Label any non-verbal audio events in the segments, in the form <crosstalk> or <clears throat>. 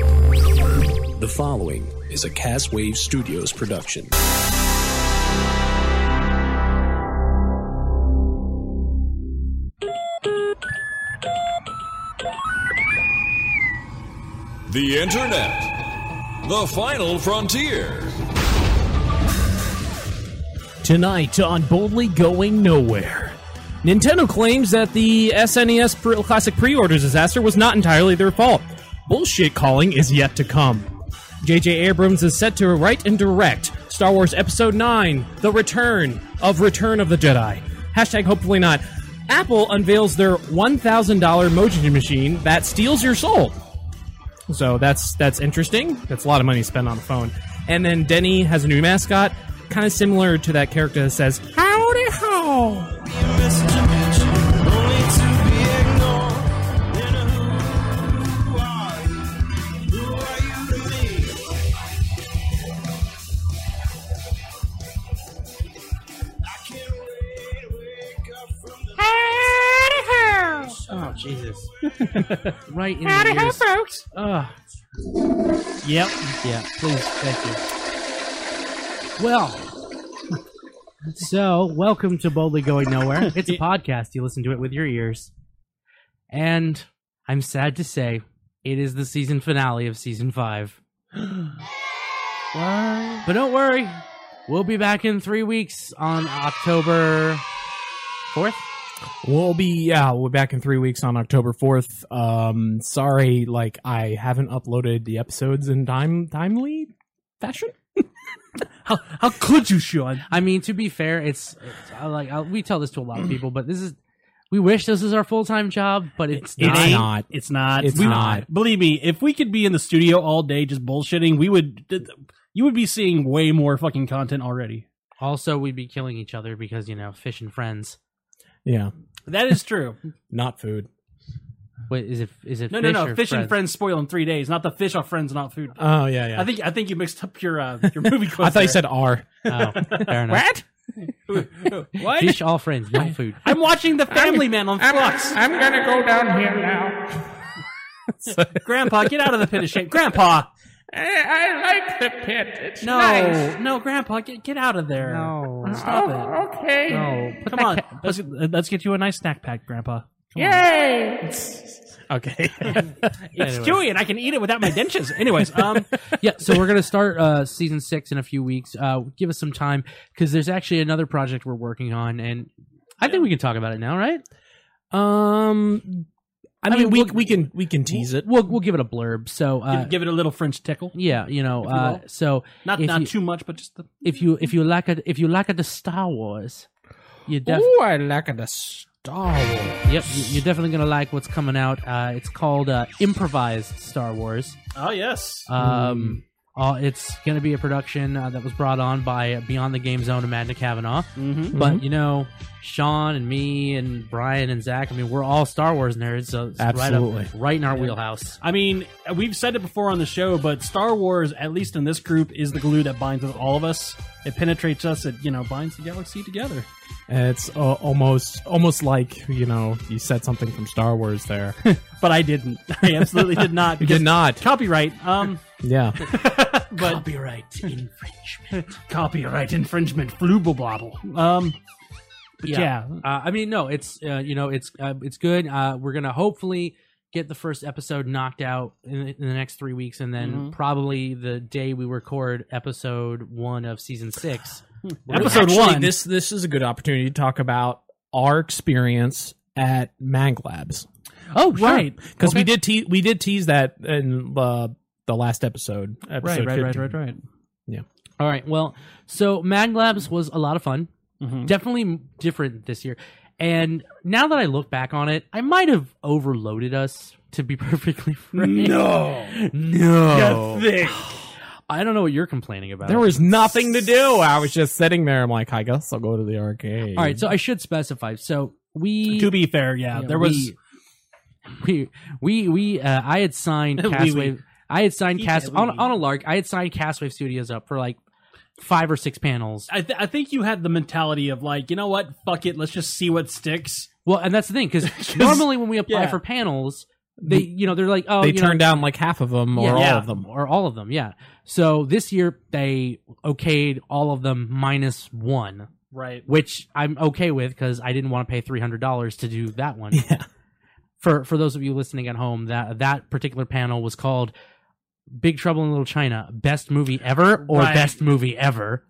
The following is a Castwave Studios production. The Internet. The final frontier. Tonight on Boldly Going Nowhere, Nintendo claims that the SNES pre- Classic pre order disaster was not entirely their fault. Bullshit calling is yet to come. J.J. Abrams is set to write and direct Star Wars Episode 9 The Return of Return of the Jedi. Hashtag hopefully not. Apple unveils their $1,000 Mojang machine that steals your soul. So that's that's interesting. That's a lot of money spent on the phone. And then Denny has a new mascot, kind of similar to that character that says "Howdy ho." Oh <laughs> Jesus! right in the ears. folks. Ugh. Yep. Yeah, please, thank you. Well, <laughs> so welcome to Boldly Going Nowhere. It's a podcast. You listen to it with your ears, and I'm sad to say it is the season finale of season five. What? But don't worry, we'll be back in three weeks on October fourth. We'll be yeah, we'll be back in three weeks on October fourth. Um, sorry, like I haven't uploaded the episodes in time timely fashion. How, how could you, Sean? I mean, to be fair, it's, it's I like I, we tell this to a lot of people, but this is we wish this is our full time job, but it's It not. ain't. not. It's not. It's We- not. Believe me, if we could be in the studio all day just bullshitting, we would. You would be seeing way more fucking content already. Also, we'd be killing each other because you know fish and friends. Yeah, That is true. not food. Wait, is it? Is it? No, fish no, no. or Fish and friends spoil in three days. Not the fish are friends, not food. Oh yeah, yeah. I think I think you mixed up your uh, <laughs> your movie. I quotes thought you there. said R. Oh, <laughs> fair enough. what? <laughs> Fish all friends, no food. I'm watching The Family Man on Fox. I'm gonna go down here now. <laughs> Grandpa, get out of the pit of shame. Grandpa, I, like the pit. It's no, no, Grandpa, get get out of there. No, Stop it. Oh, okay. no. Oh, Put Come that on, ca- let's, let's get you a nice snack pack, Grandpa. Yay! <laughs> Okay. It's Anyway. chewy, and I can eat it without my dentures. <laughs> Anyways, um, <laughs> yeah, so we're gonna start uh, season six in a few weeks. Uh, give us some time because there's actually another project we're working on, and I think we can talk about it now, right? um, I mean, mean, we we'll- we can we can tease it. We'll we'll give it a blurb. So uh, give, give it a little French tickle. yeah, you know, If you uh, will. so Not if not you- too much, but just the if you if you like it if you like it the Star Wars, you definitely. Ooh, I like the Star Wars. Yep, you- you're definitely gonna like what's coming out. Uh, it's called uh, improvised Star Wars. oh yes, Um, Mm. uh, it's gonna be a production uh, that was brought on by Beyond the Game Zone and Madna Kavanaugh. mm-hmm. But you know, Sean and me and Brian and Zach. I mean, we're all Star Wars nerds, so it's Absolutely. right up, right in our wheelhouse. I mean we've said it before on the show, but Star Wars, at least in this group, is the glue that binds with all of us. It penetrates us. It you know binds the galaxy together. It's uh, almost almost like you know you said something from Star Wars there. But I didn't. <laughs> I absolutely did <laughs> not. you did because- not. Copyright. Um, Yeah. but copyright infringement. <laughs> copyright infringement. Flubblebobble. Um, but yeah. Uh, I mean, no, it's uh, you know, it's uh, it's good. Uh, we're gonna hopefully get the first episode knocked out in, in the next three weeks, and then Mhm. probably the day we record episode one of season six. Episode Actually, one. This this is a good opportunity to talk about our experience at Maglabs. Oh, Right. because we Okay. did te- we did tease that in the the last episode. Right. episode Right. Right. 15. Right. Right. All right. Well, so Maglabs was a lot of fun. Mhm. Definitely m- different this year. And now that I look back on it, I might have overloaded us. To be <laughs> perfectly frank, No. no. Oh. You think? I don't know what you're complaining about. There was nothing to do. I was just sitting there. I'm like, I guess I'll go to the arcade. All right, so I should specify. So we To be fair, yeah, Yeah, there was. <laughs> we we we uh, I had signed We- Castwave. we. I had signed Yeah, Cast we- on on a lark. I had signed Castwave Studios up for like five or six panels. I, th- I think you had the mentality of like, you know what, fuck it, let's just see what sticks. Well, and that's the thing because normally when we apply yeah. for panels, They, you know, they're like, oh, they you know, turned down like half of them or yeah, all yeah, of them. or all of them. Yeah. So this year they okayed all of them minus one, Right. which I'm okay with because I didn't want to pay three hundred dollars to do that one. Yeah. For for those of you listening at home, that that particular panel was called "Big Trouble in Little China: Best Movie Ever" or Right. "Best Movie Ever."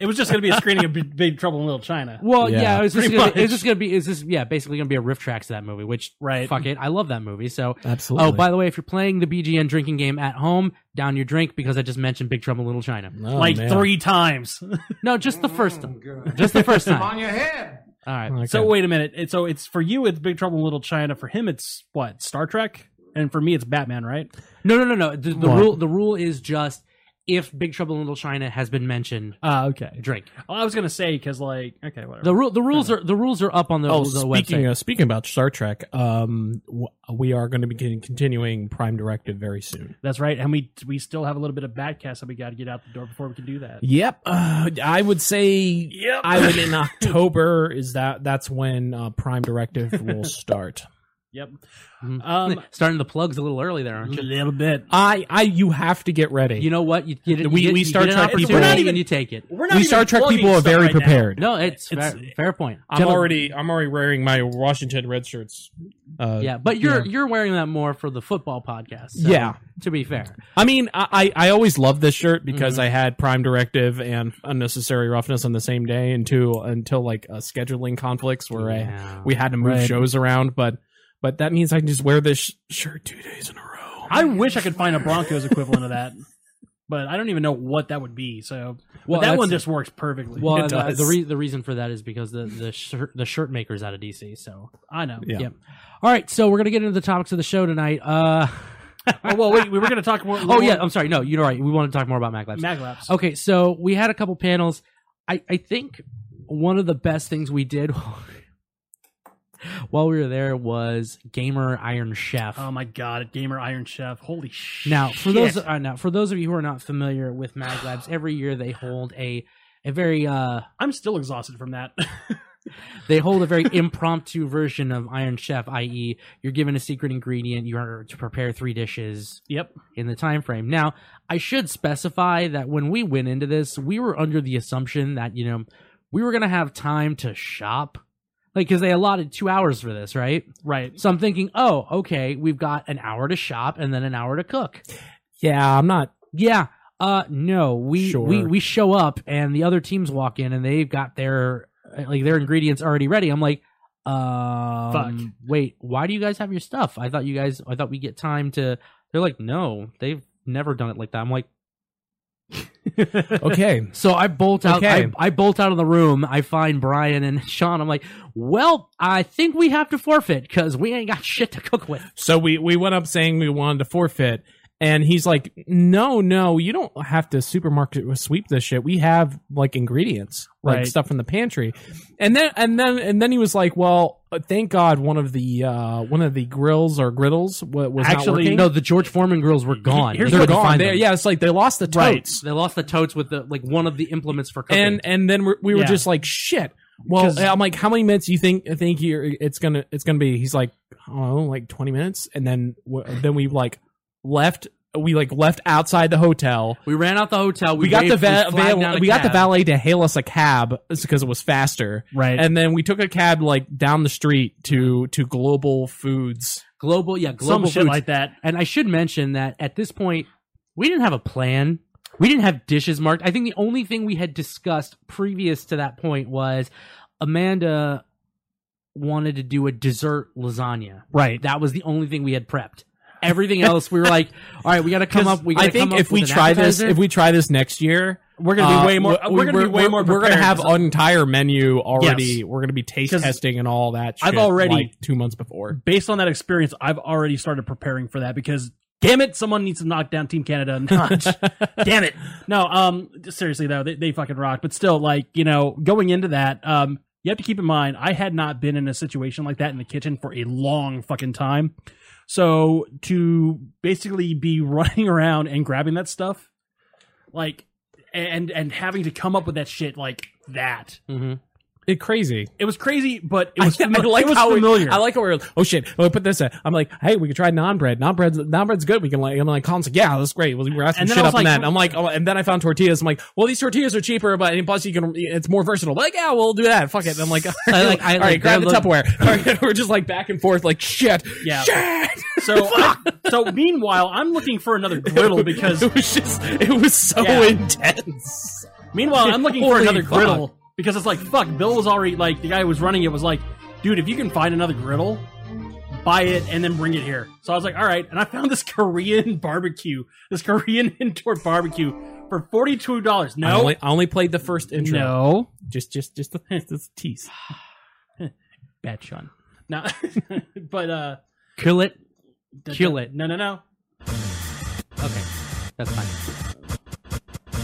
It was just going to be a screening of <laughs> Big, Big Trouble in Little China. Well, yeah, Yeah. it, was just Pretty gonna, it much. was just gonna be is this yeah basically gonna be a riff tracks to that movie, which Right. fuck it, I love that movie. So Absolutely. oh, by the way, if you're playing the BGN drinking game at home, down your drink because I just mentioned Big Trouble in Little China. Oh, like man. three times. <laughs> No, just the first time, just the first time on your head. All right, Okay. So wait a minute. It- So it's for you, it's Big Trouble in Little China. For him, it's what Star Trek, and for me, it's Batman. Right? no, no, no, no. The, the What? rule the rule is just if Big Trouble in Little China has been mentioned, Uh, okay. drink. Well, I was gonna say because like okay, whatever. The rule the rules are the rules are up on the, Oh, the speaking website. of, speaking about Star Trek, um, w- we are going to be getting, continuing Prime Directive very soon. That's right. And we we still have a little bit of Batcast that we got to get out the door before we can do that. Yep, uh, I would say I would in October is that that's when uh, Prime <laughs> Directive will start. Yep. Mm-hmm. Mhm. Um, <laughs> Starting the plugs a little early there, aren't you? little bit. I, I, you have to get ready. You know what? You get it. We- you get, we you Star get an Trek opportunity people- We're not even- and you take it. We're we Star Trek people are very prepared. No, it's, It's- fair, fair point. I'm already, I'm already wearing my Washington red shirts. Uh, yeah, but you're you're wearing that more for the football podcast. so, Yeah. to be fair, I mean, I, I I always loved this shirt because I had Prime Directive and Unnecessary Roughness on the same day until until like uh, scheduling conflicts where Yeah. I, we had to move Right. shows around. But but that means I can just wear this sh- shirt two days in a row. I wish I could find a Broncos equivalent of that, but I don't even know what that would be. So but Well, that one that's- just works perfectly. well, It uh, the, does. the, re- the reason for that is because the the shirt the shirt makers out of DC. So I know. Yeah. yep. All right, so we're gonna get into the topics of the show tonight. Uh, <laughs> Oh well, wait. We were gonna talk more. oh yeah, I'm sorry. No, you're right. We want to talk more about Mac Labs. Maglaps. Oh. Okay, so we had a couple panels. I, I think one of the best things we did <laughs> while we were there was Gamer Iron Chef. Oh my god, Gamer Iron Chef. Holy shit. now, for those uh, now for those of you who are not familiar with Mag Labs, every year they hold a a very uh I'm still exhausted from that. <laughs> they hold a very impromptu version of Iron Chef, i.e., you're given a secret ingredient, you are to prepare three dishes yep. in the time frame. Now, I should specify that when we went into this, we were under the assumption that you know we were gonna have time to shop, like because they allotted two hours for this, right? Right. So I'm thinking, oh, okay, we've got an hour to shop and then an hour to cook. Yeah, I'm <laughs> not. Yeah. Uh, no, we Sure. we we show up and the other teams walk in and they've got their like their ingredients already ready. I'm like. Um, Fuck. Wait, why do you guys have your stuff? I thought you guys, I thought we get time to. They're like, no, they've never done it like that. I'm like, Okay, So I bolt out. Okay. I, I bolt out of the room. I find Brian and <laughs> Sean. I'm like, well, I think we have to forfeit because we ain't got shit to cook with. so we we went up saying we wanted to forfeit, and he's like, "No, no, you don't have to supermarket sweep this shit. We have like ingredients, like Right. stuff from the pantry." And then and then and then he was like, "Well, uh, thank God one of the uh one of the grills or griddles wa- was Actually, not working. No, the George Foreman grills were gone. Here's They're they're where gone. gone. They, yeah, it's like they lost the totes. Right. They lost the totes with the like one of the implements for cooking. And and then we're, we were Yeah. just like, "Shit." Well, 'Cause- I'm like, "How many minutes do you think think you're, it's gonna it's gonna be?" He's like, "Oh, like 20 minutes." And then w- then we like left. We like left outside the hotel. we ran out the hotel. we We, got waved- the va- we, flagged va- down a we got the cab. valet to hail us a cab because it was faster. Right. And then we took a cab like down the street to to Global Foods. global. Yeah, Some global shit foods. like that. and I should mention that at this point, we didn't have a plan. We didn't have dishes marked. I think the only thing we had discussed previous to that point was Amanda wanted to do a dessert lasagna. Right. That was the only thing we had prepped. Everything else, we were like, all right, we got to come up. We gotta I think come up if we with an try this, appetizer. if we try this next year, We're gonna be uh, way more. we- We're gonna be way we're- more. We're gonna prepared. have an entire menu already. Yes. We're gonna be taste 'Cause testing and all that. Shit, I've already- like, two months before. based on that experience, I've already started preparing for that because damn it, someone needs to knock down <laughs> Team Canada a notch. damn it. No, um, seriously though, they, they fucking rock. But still, like you know, going into that, um, you have to keep in mind, I had not been in a situation like that in the kitchen for a long fucking time. So to basically be <laughs> running around and grabbing that stuff, like, and and having to come up with that shit like that Mhm. it crazy. It was crazy, but it was, I, fami- I like it was how we- familiar. I like how we're oh shit. Oh, put this. In. I'm like, hey, we could try non bread. Non bread's non bread's good. We can like. I'm like, Colin's like, yeah, that's great. We were asking And then shit I up was in like- that. And I'm like, oh, and then I found tortillas. I'm like, well, these tortillas are cheaper, but and plus you can. It's more versatile. Like, yeah, we'll do that. Fuck it. And I'm like, <laughs> all right, like- I all like- right grab I the look- Tupperware. All right, <laughs> we're just like back and forth, like shit. Yeah. Shit. <laughs> so, I- so meanwhile, I'm looking for another griddle because <laughs> it was just it was so Yeah. intense. Meanwhile, I'm looking for Holy another fuck. griddle because it's like fuck. Bill was already like the guy who was running it was like, dude, if you can find another griddle, buy it and then bring it here. So I was like, all right, and I found this <laughs> Korean barbecue, this Korean <laughs> indoor barbecue for forty two dollars. I No, only, I only played the first intro. no, Just just just <laughs> the just the tease. bad Sean. No, <laughs> but uh, Kill it. da- Kill da- it. No, no, no. Okay, that's fine. <laughs>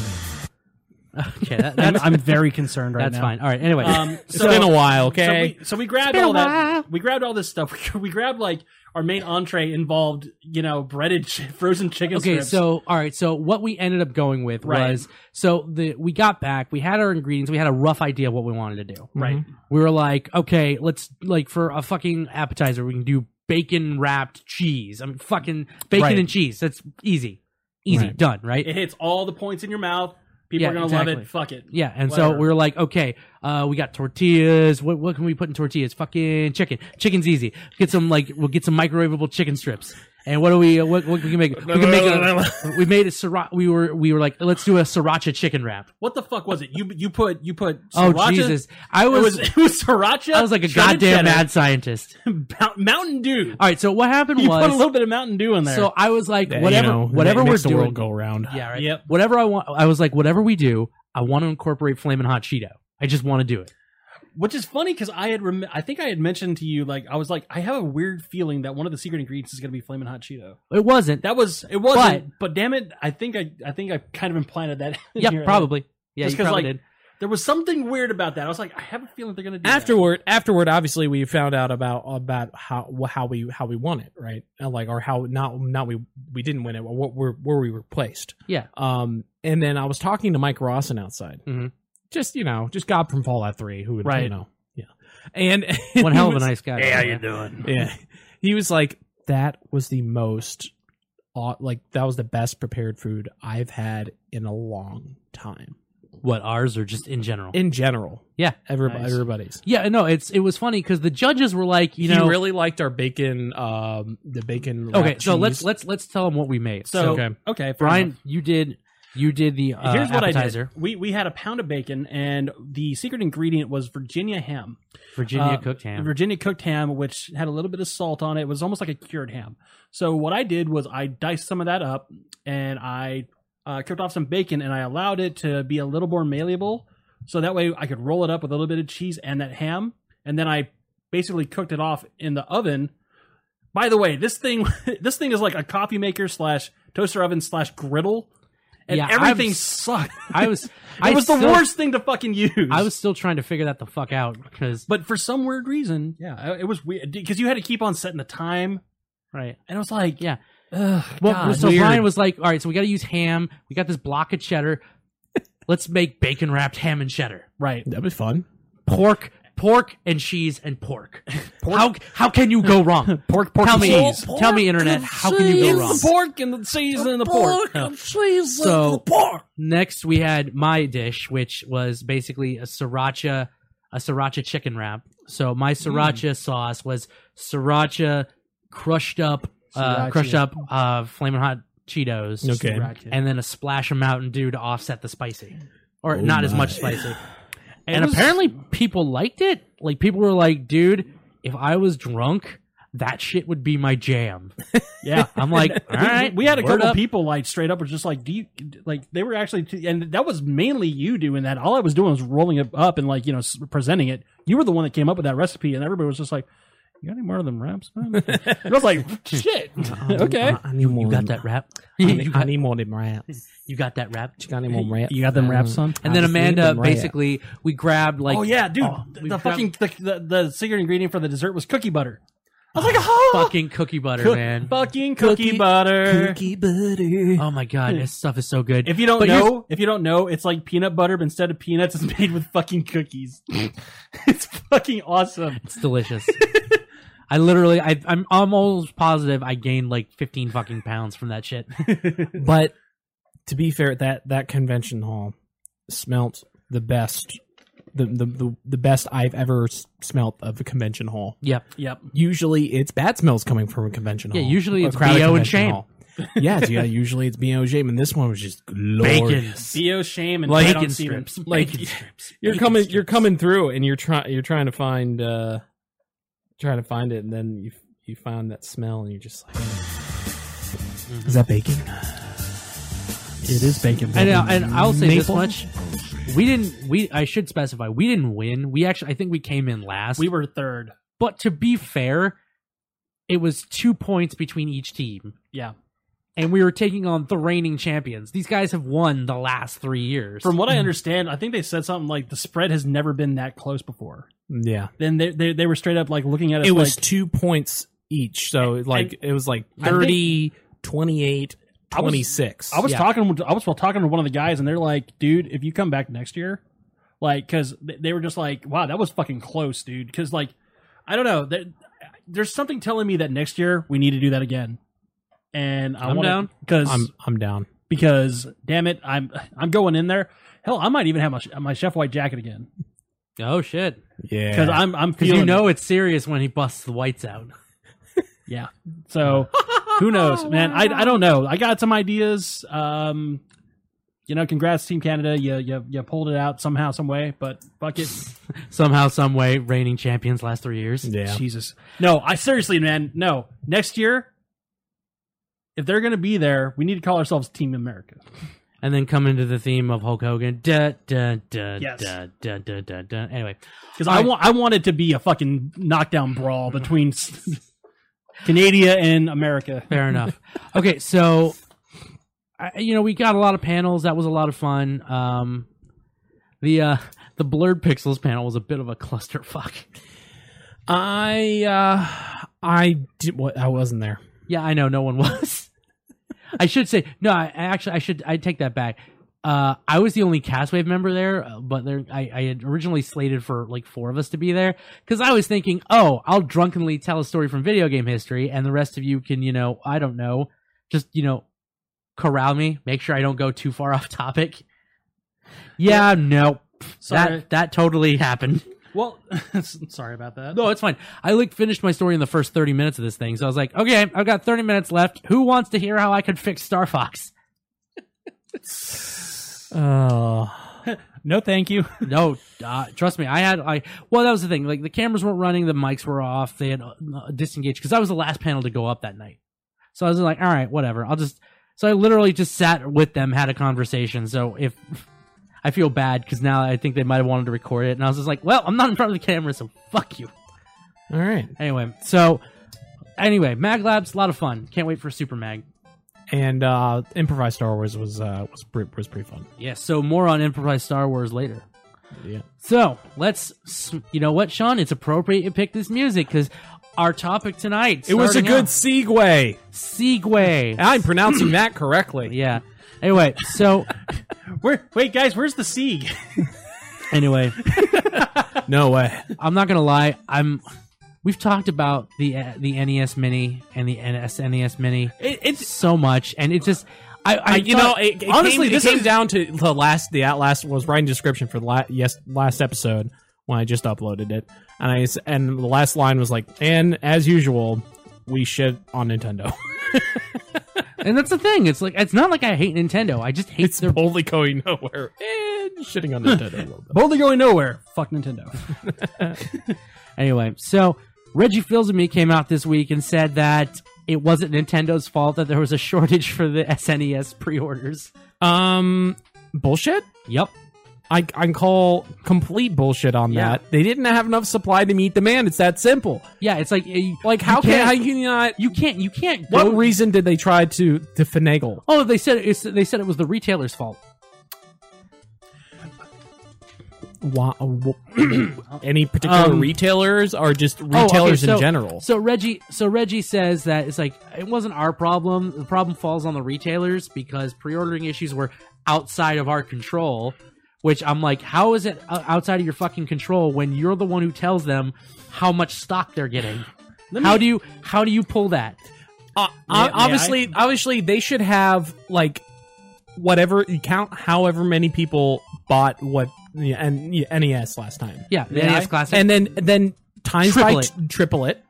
Okay, that, Hmm. <laughs> I'm, that's, I'm very concerned right that's now. fine. All right. Anyway, Um, It's <laughs> so- been a while, So okay? we, so we grabbed been a all while. that. We grabbed all this stuff. <laughs> We, grabbed like our main entree involved, you know, breaded chi- <laughs> frozen chicken <laughs> okay. strips. So all right. So what we ended up going with Right. was so the we got back. We had our ingredients. We had a rough idea of what we wanted to do. right, We were like, okay, let's like for a fucking appetizer, we can do bacon wrapped cheese. I mean, fucking bacon Right. and cheese. That's easy, easy Right. done. Right. it hits all the points in your mouth. People Yeah, are gonna love exactly. it. Fuck it. Yeah, and so Whatever. we were like, okay, uh, we got tortillas. What what can we put in tortillas? Fucking chicken. Chicken's easy. Get some like we'll get some microwavable chicken strips. And what do we uh, what, what we can make? We can <laughs> make a, we made a sriracha. We were we were like, let's do a sriracha chicken wrap. What the fuck was it? You you put you put Oh sriracha- Jesus! I It was <laughs> was, it was sriracha. I was like <laughs> a shredded goddamn cheddar, mad scientist. <laughs> Mount- Mountain Dew. All right, so what happened you was put a little bit of Mountain Dew in there. so I was like, whatever whatever we're makes the doing, world go round. yeah, right. Yep. Whatever I want, I was like, whatever we do, I want to incorporate flaming hot Cheeto. I just want to do it. Which is funny because I had rem- I think I had mentioned to you like I was like I have a weird feeling that one of the secret ingredients is gonna be flaming hot Cheeto. It wasn't. That was it wasn't, but, damn it, I think I I think I kind of implanted that. <laughs> <laughs> in yeah, your head. probably. Yeah, Just you 'cause, probably like, did. There was something weird about that. I was like, I have a feeling they're gonna do That. Afterward, afterward, obviously we found out about about how wh- how we how we won it, right? Uh, Like or how not not we we didn't win it, but what where where we were placed. Yeah. Um, and then I was talking to Mike Rawson outside, Mhm. just you know, just God from Fallout Three, who would you Right. know, yeah. And <laughs> One he hell of a was- nice guy. by the way. doing? Yeah, <laughs> he was like, that was the most, aw- like that was the best prepared food I've had in a long time. What ours are just in general. in general. Yeah. everybody, Nice. everybody's. yeah, no, it's it was funny because the judges were like, you You know, he really liked our bacon, um, the bacon. okay. wrapped So let's cheese. let's let's tell them what we made. So Okay. okay, okay Brian, you did you did the uh, Here's what I appetizer, did. We we had a pound of bacon, and the secret ingredient was Virginia ham. Virginia Uh, cooked ham. Virginia cooked ham, which had a little bit of salt on it. It was almost like a cured ham. So what I did was I diced some of that up, and I uh, cooked off some bacon, and I allowed it to be a little more malleable, so that way I could roll it up with a little bit of cheese and that ham, and then I basically cooked it off in the oven. By the way, this thing <laughs> this thing is like a coffee maker slash toaster oven slash griddle, and Yeah, I'm everything s- sucked. I was <laughs> I it was the still- worst thing to fucking use. I was still trying to figure that the fuck out because But for some weird reason, yeah, I- it was weird because you had to keep on setting the time, right. and I was like, Yeah. ugh, Well, God, so weird. Brian was like, all right, so we got to use ham. We got this block of cheddar. Let's make bacon wrapped ham and cheddar. right. That'd be fun. Pork, pork and cheese and pork. How how can you go <laughs> wrong? Pork, pork, tell and me, cheese. tell me, internet, how can you go wrong? pork and the cheese and the pork. Oh. So next we had my dish, which was basically a sriracha, a sriracha chicken wrap. So my Mm. sriracha sauce was sriracha crushed up, uh, Sriracha. crushed up uh, flaming hot Cheetos, Okay. Sriracha. and then a splash of Mountain Dew to offset the spicy, or not as my. <sighs> much spicy. and Oh was- apparently people liked it. Like people were like, "Dude, if I was drunk." That shit would be my jam. Yeah, I'm like, <laughs> all <laughs> We- right. We had a word couple up. people like straight up was just like, do you like they were actually, t- and that was mainly you doing that. All I was doing was rolling it up and like you know s- presenting it. You were the one that came up with that recipe, and everybody was just like, you got any more of them wraps, man? <laughs> And I was like, shit, Oh, <laughs> okay. I need more. You got that rap? <laughs> You got- I need more than wraps. you got that rap? You got any <laughs> more wraps? You got them wraps, Um, son? And then I just need Amanda them wraps. basically we grabbed like oh yeah, dude. we the grabbed- fucking the, the the secret ingredient for the dessert was cookie butter. I was like, oh, fucking cookie butter, man. fucking cookie, Cookie- butter. butter. Oh my god, this stuff is so good. If you don't But here's- know, if you don't know, it's like peanut butter, but instead of peanuts, it's <laughs> made with fucking cookies. <laughs> it's fucking awesome. It's delicious. I literally, I, I'm almost positive I gained like 15 fucking pounds from <laughs> that shit. But to be fair, that that convention hall smelt the best, the the the, the best I've ever s- smelt of a convention hall. yep. Yep. Usually, it's bad smells coming from a convention Yeah, hall. usually A it's crowded B.O. and convention shame. hall. yeah, it's- yeah. Usually it's B.O. and shame, and this one was just glorious. Theo shame and Like- bacon Bacon strips. strips. Like Bacon you're coming, you're coming through, and you're trying, you're trying to find, uh trying to find it, and then you you found that smell, and you're just like, is that bacon? It is bacon. And, uh, and I'll say this Maple? much. We didn't, we, I should specify, we didn't win. We actually, I think we came in last. We were third. but to be fair, it was two points between each team. Yeah. And we were taking on the reigning champions. These guys have won the last three years. From what I understand, I think they said something like the spread has never been that close before. Yeah, Then they they, they were straight up like looking at us it was like, two points each, so it, like it was like I think- 30, 28, was- 26. I was Yeah. talking. I was talking to one of the guys, and they're like, "Dude, if you come back next year, like, because they were just like, wow, that was fucking close, dude. Because like, I don't know, there, there's something telling me that next year we need to do that again. And I I'm down. I'm because I'm down. because damn it, I'm I'm going in there. Hell, I might even have my sh- my chef white jacket again oh shit. Yeah, because I'm I'm Because feeling you know it's serious when he busts the whites out. <laughs> Yeah. <laughs> So who knows, Oh, man? I, I don't know. I got some ideas. Um, you know, congrats, Team Canada. You you you pulled it out somehow, some way. But fuck it. <laughs> <laughs> Somehow, some way, reigning champions last three years. yeah. Jesus. No, I seriously, man. No, next year. If they're gonna be there, we need to call ourselves Team America. And then come into the theme of Hulk Hogan. Da, da, da, Yes. da, da, da, da, da. Anyway, Because I want I want it to be a fucking knockdown brawl between s- <laughs> Canada and America. fair enough. Okay, so, I, you know, we got a lot of panels. That was a lot of fun. Um, the, uh, the Blurred Pixels panel was a bit of a clusterfuck. I uh I did what I wasn't there. Yeah, I know. No one <laughs> was. I should say no. I I actually, I should. I take that back. Uh, I was the only Castwave member there, uh, but there, I, I had originally slated for like four of us to be there because I was thinking, oh, I'll drunkenly tell a story from video game history, and the rest of you can, you know, I don't know, just you know, corral me, make sure I don't go too far <laughs> off topic. Yeah, no, Sorry. that that totally happened. Well, <laughs> sorry about that. No, it's fine. I like finished my story in the first thirty minutes of this thing, so I was like, okay, I've got thirty minutes left. Who wants to hear how I could fix Star Fox? Oh, No, thank you. <laughs> no, <laughs> uh, trust me, I had like, well, that was the thing. Like the cameras weren't running, the mics were off, they had uh, disengaged because I was the last panel to go up that night. So I was like, all right, whatever. I'll just. So I literally just sat with them, had a conversation. So if <laughs> I feel bad because now I think they might have wanted to record it, and I was just like, well, I'm not in front of the camera, so fuck you. all right. Anyway, so anyway, Mag Labs, a lot of fun. Can't wait for Super Mag. And uh improvised Star Wars was uh was pre- was pretty fun. Yeah, so more on improvised Star Wars later. Yeah. So let's, s- you know what, Sean? It's appropriate you pick this music because our topic tonight. It was a starting good Ah. out, segue. <laughs> segue. I'm <clears throat> pronouncing that correctly. yeah. Anyway, <laughs> so Where, wait, guys, where's the Sieg? <laughs> anyway, No way. I'm not gonna lie. I'm. We've talked about the uh, the NES Mini and the NES E Mini It, it's so much, and it just I, I, I, you know thought- it, it honestly, honestly came, this this came is- down to the last the last was writing description for the la- yes last episode when I just uploaded it and I s- and the last line was like and as usual we shit on Nintendo. <laughs> and that's the thing. It's like it's not like I hate Nintendo. I just hate it's their boldly going nowhere and shitting on Nintendo a little bit. Boldly going nowhere. Fuck <laughs> Nintendo. <laughs> Anyway, so Reggie Fils and me came out this week and said that it wasn't Nintendo's fault that there was a shortage for the SNES pre-orders. Um, bullshit. Yep. I I can call complete bullshit on Yeah. that. They didn't have enough supply to meet demand. It's that simple. Yeah, it's like eh, you, Like how can can't- how can you not? you can't you can't What go. reason did they try to to finagle? oh, they said it's, they said it was the retailer's fault. wa- uh, <clears throat> any particular Um, retailers or just Oh, okay, retailers so- in general? So Reggie, so Reggie says that it's like it wasn't our problem. The problem falls on the retailers because pre-ordering issues were outside of our control. Which I'm like, how is it o- outside of your fucking control when you're the one who tells them how much stock they're <sighs> getting? how do you how do you pull that? Uh, May- may obviously, obviously, they should have like whatever you count, however many people bought what yeah, and yeah, NES last time. Yeah, the May NES I? Classic. and then then times Triple by it. t- triple it,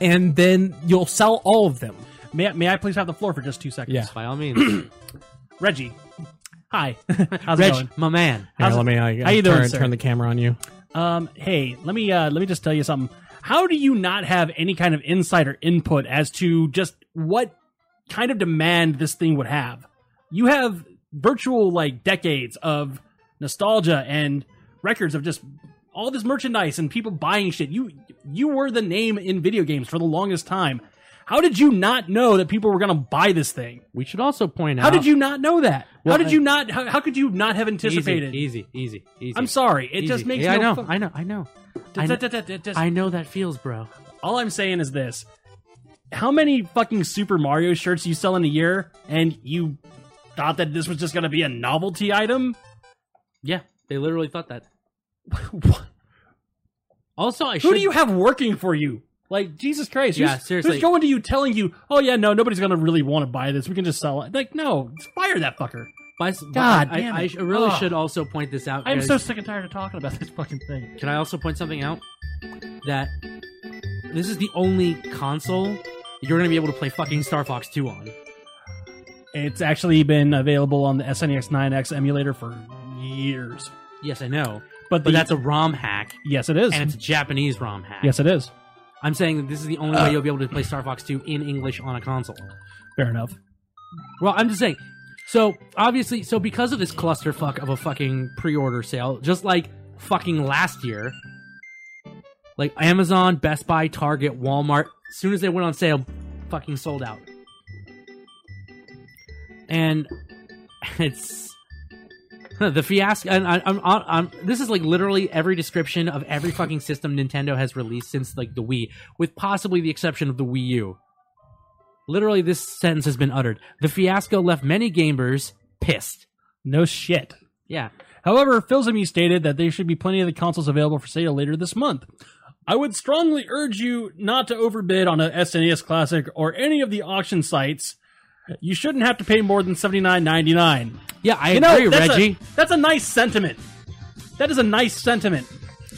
and then you'll sell all of them. May, I- may I please have the floor for just two seconds? Yeah. By all means, Reggie. Hi. <clears throat> <laughs> How's it Reg, going? my man. How's it- me. uh, I, how you doing, sir? camera on you. Um, hey, let me uh, let me just tell you something. How do you not have any kind of insider input as to just what kind of demand this thing would have? You have virtual like decades of nostalgia and records of just all this merchandise and people buying shit. You you were the name in video games for the longest time. How did you not know that people were going to buy this thing? We should also point How out. did you not know that? Well, how did I- you not? How, how could you not have easy, anticipated? Easy, easy, easy. I'm sorry. It just easy. makes Yeah, no I know. fu- I know. I know. D- I d- know. d- d- d- I know that feels, bro. All I'm saying is this: How many fucking Super Mario shirts you sell in a year, and you thought that this was just going to be a novelty item? <laughs> Yeah, they literally thought that. What? Also, I should. Who do you have working for you? Like Jesus Christ! Yeah, who's, seriously. Who's going to you telling you, "Oh yeah, no, nobody's going to really want to buy this. We can just sell it." Like, no, fire that fucker. By, God, God I, damn I, it. sh- really Ugh. should also point this out. I'm guys. so sick and tired of talking about <laughs> this fucking thing. Can I also point something out? That this is the only console you're going to be able to play fucking Star Fox 2 on. It's actually been available on the E SNES 9X emulator for years, Yes, I know, but, but the, that's a ROM hack, yes, it is. and it's a Japanese ROM hack. yes, it is. I'm saying that this is the only way you'll be able to play Star Fox 2 in English on a console. Fair enough. Well, I'm just saying. So obviously, so because of this clusterfuck of a fucking pre-order sale, just like fucking last year, like Amazon, Best Buy, Target, Walmart, as soon as they went on sale, fucking sold out. And <laughs> it's <laughs> the fiasco. And I, I'm, I'm, I'm, this is like literally every description of every fucking system Nintendo has released since like the Wii, with possibly the exception of the Wii U. Literally, this sentence has been uttered. The fiasco left many gamers pissed. No shit. Yeah. However, Philzamy stated that there should be plenty of the consoles available for sale later this month. I would strongly urge you not to overbid on a SNES Classic or any of the auction sites. You shouldn't have to pay more than seventy nine ninety nine. Yeah, I You know, agree, that's a- Reggie. that's a nice sentiment. That is a nice sentiment.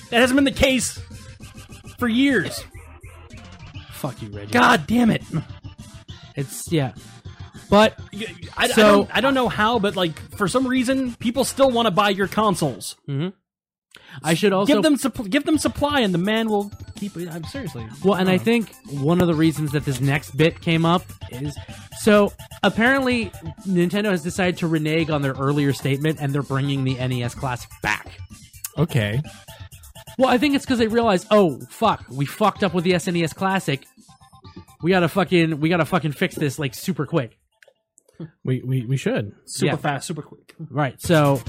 That hasn't been the case for years. Fuck you, Reggie. God damn <laughs> it! It's, yeah. But, You- I, I So- don't, I don't know how, but like for some reason, people still want to buy your consoles. I should also. give them supp- give them supply, and the man will keep. it. I'm seriously. Well, and I think one of the reasons that this next bit came up is so apparently Nintendo has decided to renege on their earlier statement and they're bringing the NES Classic back. Okay. Well, I think it's because they realized, oh fuck, we fucked up with the SNES Classic. We gotta fucking we gotta fucking fix this like super quick. We, we, we should. super Yeah. fast, super quick. Right. So,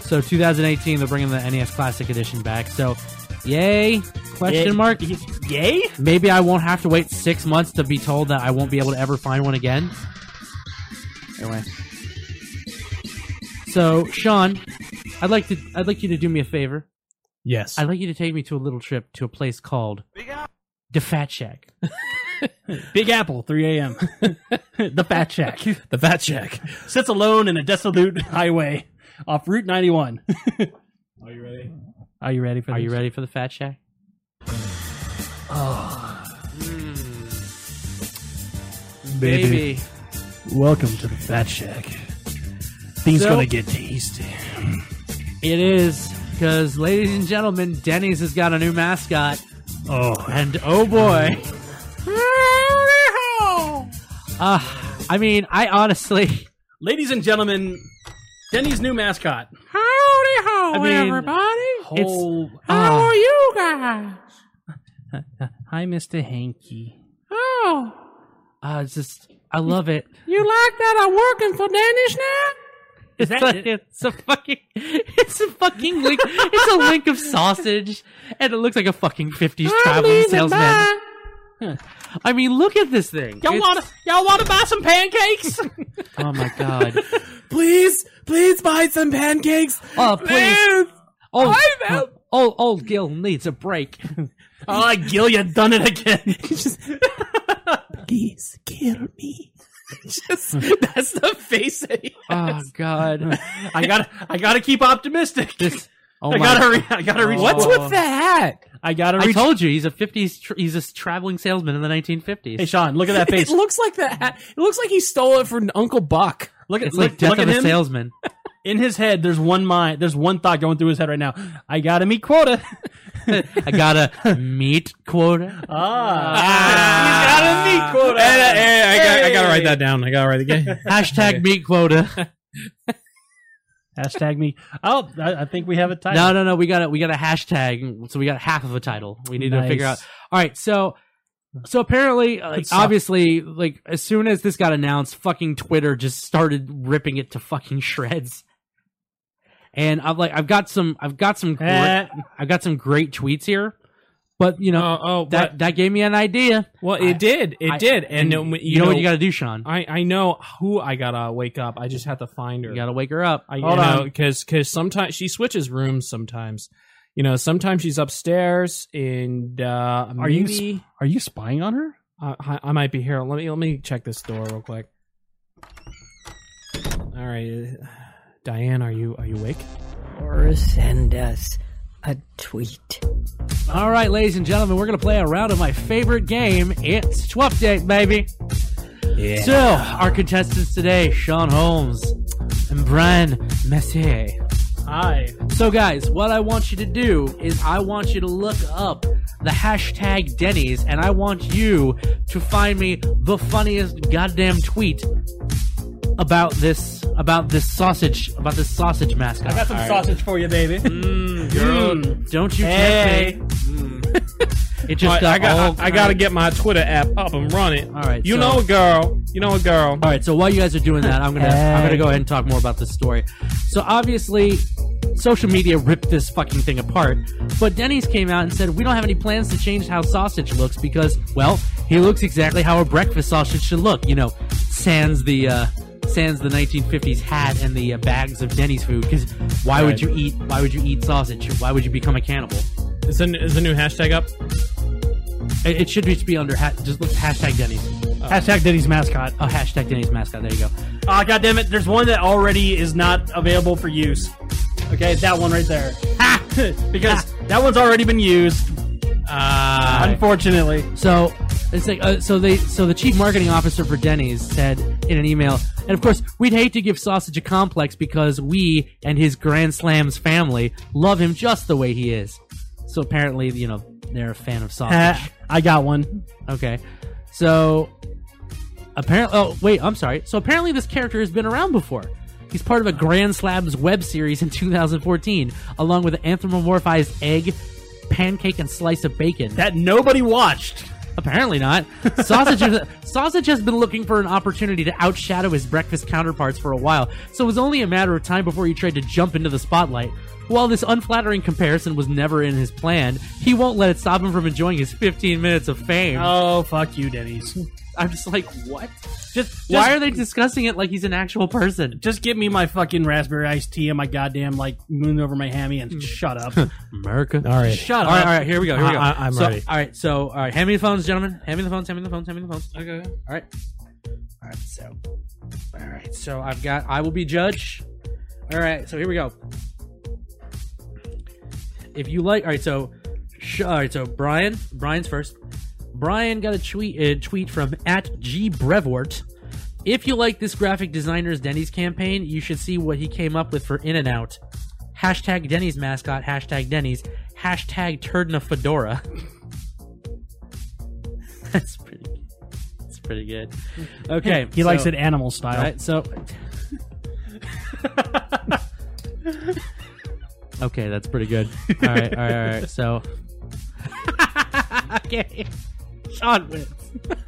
so 2018, they're bringing the NES Classic Edition back. So, yay? Question <laughs> mark? Yay! Maybe I won't have to wait six months to be told that I won't be able to ever find one again. Anyway. So, Sean, I'd like to I'd like you to do me a favor. Yes. I'd like you to take me to a little trip to a place called the Fat Shack. <laughs> Big Apple, 3 a.m. the Fat <laughs> Shack the fat check. <laughs> sits alone in a desolate highway off Route 91. Are you ready? Are you ready for? Are this? you ready for the Fat Shack? baby? Welcome to the Fat Shack. Things So- gonna get tasty. It is because, ladies and gentlemen, Denny's has got a new mascot. Oh, And oh boy. Uh, I mean, I honestly. ladies and gentlemen, Denny's new mascot. Howdy ho, I mean, everybody. It's, uh, Whole- how are you guys? <laughs> Hi, Mr. Hanky. Oh. Uh, it's just, I love it. You like that I'm working for Danish now? Is It's that- like- it's a fucking it's a fucking link it's a link of sausage and it looks like a fucking 50s traveling salesman. Huh. I mean, look at this thing. Y'all It's- wanna y'all wanna buy some <laughs> pancakes? Oh my god. Please, please buy some pancakes. Oh, <laughs> please. Oh, oh, old Gil needs <laughs> a break. Ah, Gil, you done it again. Please kill me. <laughs> Just, that's the face. that he- <laughs> Oh god. <laughs> I gotta, I gotta keep optimistic. Oh I my gotta, re- I gotta reach. What's with the hat? I gotta I reach. told you he's a 50s tr he's a traveling salesman in the 1950s. hey, Sean, look at that It <laughs> face. looks like the hat. It looks like he stole it from Uncle Buck. Look at, it's look, like death look of at a him. salesman. In his head, there's one mind, there's one thought going through his head right now. I gotta meet quota. I got <laughs> a meat quota. Ah, <laughs> he's gotta meet quota. Uh, I, got, I gotta write that down. I gotta write the <laughs> game. Hashtag meat <laughs> quota. Hashtag me. Oh, I, I think we have a title. No, no, no. We got a we got a hashtag. So we got half of a title. We need to Nice. figure out. All right. So, so apparently, like, sucks. obviously, like as soon as this got announced, fucking Twitter just started ripping it to fucking shreds. And I'm like, I've got some, I've got some, great, Eh. I've got some great tweets here, but you know oh, that that gave me an idea. well, it did. It I- did. And, you, then when- know, what you got to do, Sean? I, I know who I gotta wake up. I just have to find her. You got to wake her up. I, Hold you on. know, because sometimes she switches rooms. Sometimes, you know, sometimes she's upstairs, and uh, Are you maybe- Are you spying on her? I, I- I might be here. Let me let me check this door real quick. All right, Diane, are you are you awake? or send us a tweet. All right, ladies and gentlemen, we're gonna play a round of my favorite game. It's Twelve Date, baby. Yeah. So, our contestants today, Sean Holmes and Brian Messier. Hi. So, guys, what I want you to do is I want you to look up the hashtag Denny's and I want you to find me the funniest goddamn tweet about this about this sausage about this sausage mascot. Got some sausage for you, baby. Don't you Hey. tempt me. It just got I, all got I gotta get my Twitter app up and running. All right, you so- know a girl. You know a girl. All right, so while you guys are doing that, I'm gonna I'm gonna go ahead and talk more about this story. So obviously, social media ripped this fucking thing apart. But Denny's came out and said we don't have any plans to change how sausage looks because, well, he looks exactly how a breakfast sausage should look. You know, sans the uh, sans the 1950s hat and the uh, bags of Denny's food. Because why Right. would you eat Why would you eat sausage? Why would you become a cannibal? Is the, is the new hashtag up? It, it should just be under ha- just look hashtag Denny's. Hashtag Diddy's mascot. Oh, hashtag Denny's mascot. There you go. Ah, goddamn it! There's one that already is not available for use. Okay, that one right there. <laughs> because that one's already been used. Uh, Unfortunately, So it's like uh, so they so the chief marketing officer for Denny's said in an email, and of course we'd hate to give Sausage a complex because we and his Grand Slams family love him just the way he is. So apparently, you know, they're a fan of Sausage. Ah, I got one. okay, so apparently, oh wait, I'm sorry. So apparently, this character has been around before. He's part of a Grand Slams web series in <laughs> 2014, along with an anthropomorphized egg, pancake, and slice of bacon. that nobody watched. Apparently not. Sausage, <laughs> Sausage has been looking for an opportunity to outshadow his breakfast counterparts for a while, so it was only a matter of time before he tried to jump into the spotlight. While this unflattering comparison was never in his plan, he won't let it stop him from enjoying his 15 minutes of fame. Oh, fuck you, <laughs> Denny's. I'm just like, what? Just, just Why are they discussing it like he's an actual person? Just give me my fucking raspberry iced tea and my goddamn like moon over my hammy and shut <laughs> up. America. All right. shut up. All right, all right, here we go. Here we go. I- I- I'm so, ready. All right, so all right, hand me the phones, gentlemen. Hand me the phones. Hand me the phones. Hand me the phones. Okay. All right. All right. So, all right. So I've got. I will be judge. All right. So here we go. If you like. All right. So. Sh- all right. So Brian. Brian's first. Brian got a tweet. A tweet from at G Brevort. If you like this graphic designer's Denny's campaign, you should see what he came up with for In and Out. Hashtag Denny's mascot. Hashtag Denny's. Hashtag turd in a fedora. <laughs> That's pretty. good. That's pretty good. Okay, He likes so- it animal style. All right, so. okay, that's <laughs> pretty good. All right, all right, all right. So. okay, Sean wins.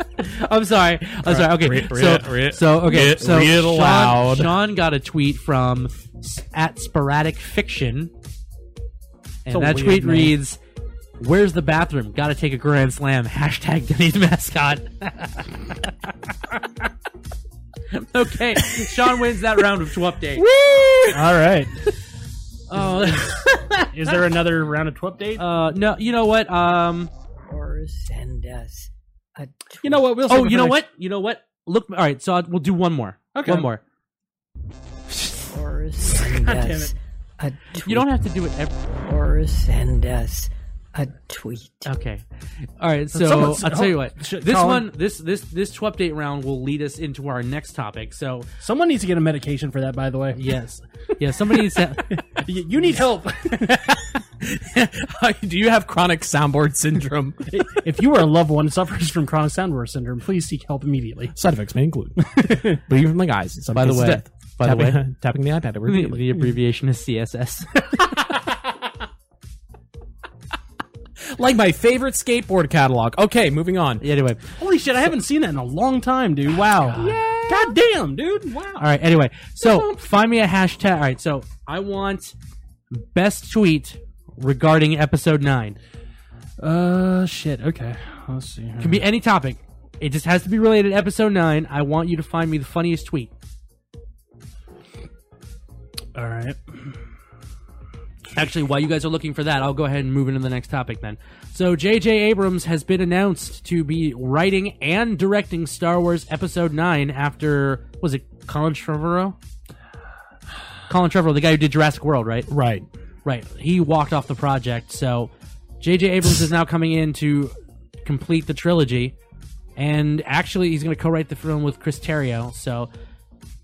<laughs> I'm sorry. I'm sorry. Okay. Read- so, read- read- so okay. read- so read it Sean, aloud. Sean got a tweet from s- at sporadic fiction, a and that weird tweet name. reads, "Where's the bathroom? Got to take a grand slam." <laughs> Hashtag Denny's mascot. <laughs> okay, Sean wins that round of two update. <laughs> All right. Oh, Is there another round of twip date? uh, no. You know what? Um. or send us a tweet. you know what? We'll save Oh, it for you know next- what? You know what? Look. All right. So I'll, we'll do one more. Okay. One more. or send damn us a tweet. You don't have to do it every. or send us a tweet. Okay. All right. So someone's- I'll tell you what. Shit, this Colin. one, this this this two update round will lead us into our next topic. So Someone needs to get a medication for that, by the way. <laughs> yes, yeah. Somebody said, <laughs> Y- You need help. <laughs> <laughs> Do you have chronic soundboard syndrome? if you or a loved one suffers from chronic soundboard syndrome, please seek help immediately. <laughs> Side effects may include bleeding from the eyes. In some By the cases, way- death. by the tapping, way- <laughs> tapping the iPad the, repeatedly. <laughs> the abbreviation is CSS. like my favorite skateboard catalog. Okay, moving on. Yeah, anyway, Holy shit, I haven't seen that in a long time, dude. Wow. God damn, dude. Wow. all right. Anyway, so find me a hashtag. All right. So I want best tweet regarding episode nine. Uh, shit. Okay. Let's see. here. Can be any topic. It just has to be related to episode nine. I want you to find me the funniest tweet. All right. Actually, while you guys are looking for that, I'll go ahead and move into the next topic then. So, J.J. Abrams has been announced to be writing and directing Star Wars Episode 9 after, was it Colin Trevorrow? Colin Trevorrow, the guy who did Jurassic World, right? Right. Right. He walked off the project. So, J.J. Abrams is now coming in to complete the trilogy. And actually, he's going to co write the film with Chris Terrio. So,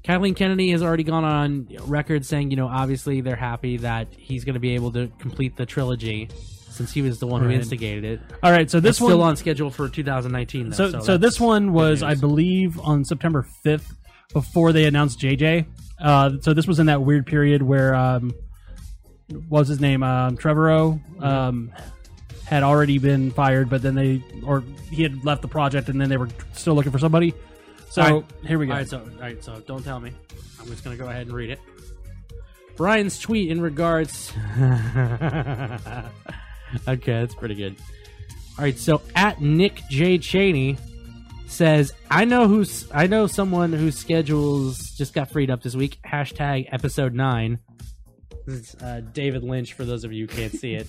Kathleen Kennedy has already gone on record saying, you know, obviously they're happy that he's going to be able to complete the trilogy since he was the one who Right. instigated it. All right. So this It's still one. on schedule for 2019. Though, So, so, this one was, I believe, on September 5th before they announced JJ. Uh, so this was in that weird period where, um, what was his name? Um, Trevorrow, um, had already been fired, but then they, or he had left the project and then they were still looking for somebody. So All right. here we go. <laughs> All right, so all right, so don't tell me. I'm just gonna go ahead and read it. Brian's tweet <laughs> in regards. okay, that's pretty good. All right, so at Nick J Cheney says, "I know who's I know someone whose schedules just got freed up this week." Hashtag episode nine. This is uh, David Lynch. For those of you who can't see <laughs> it,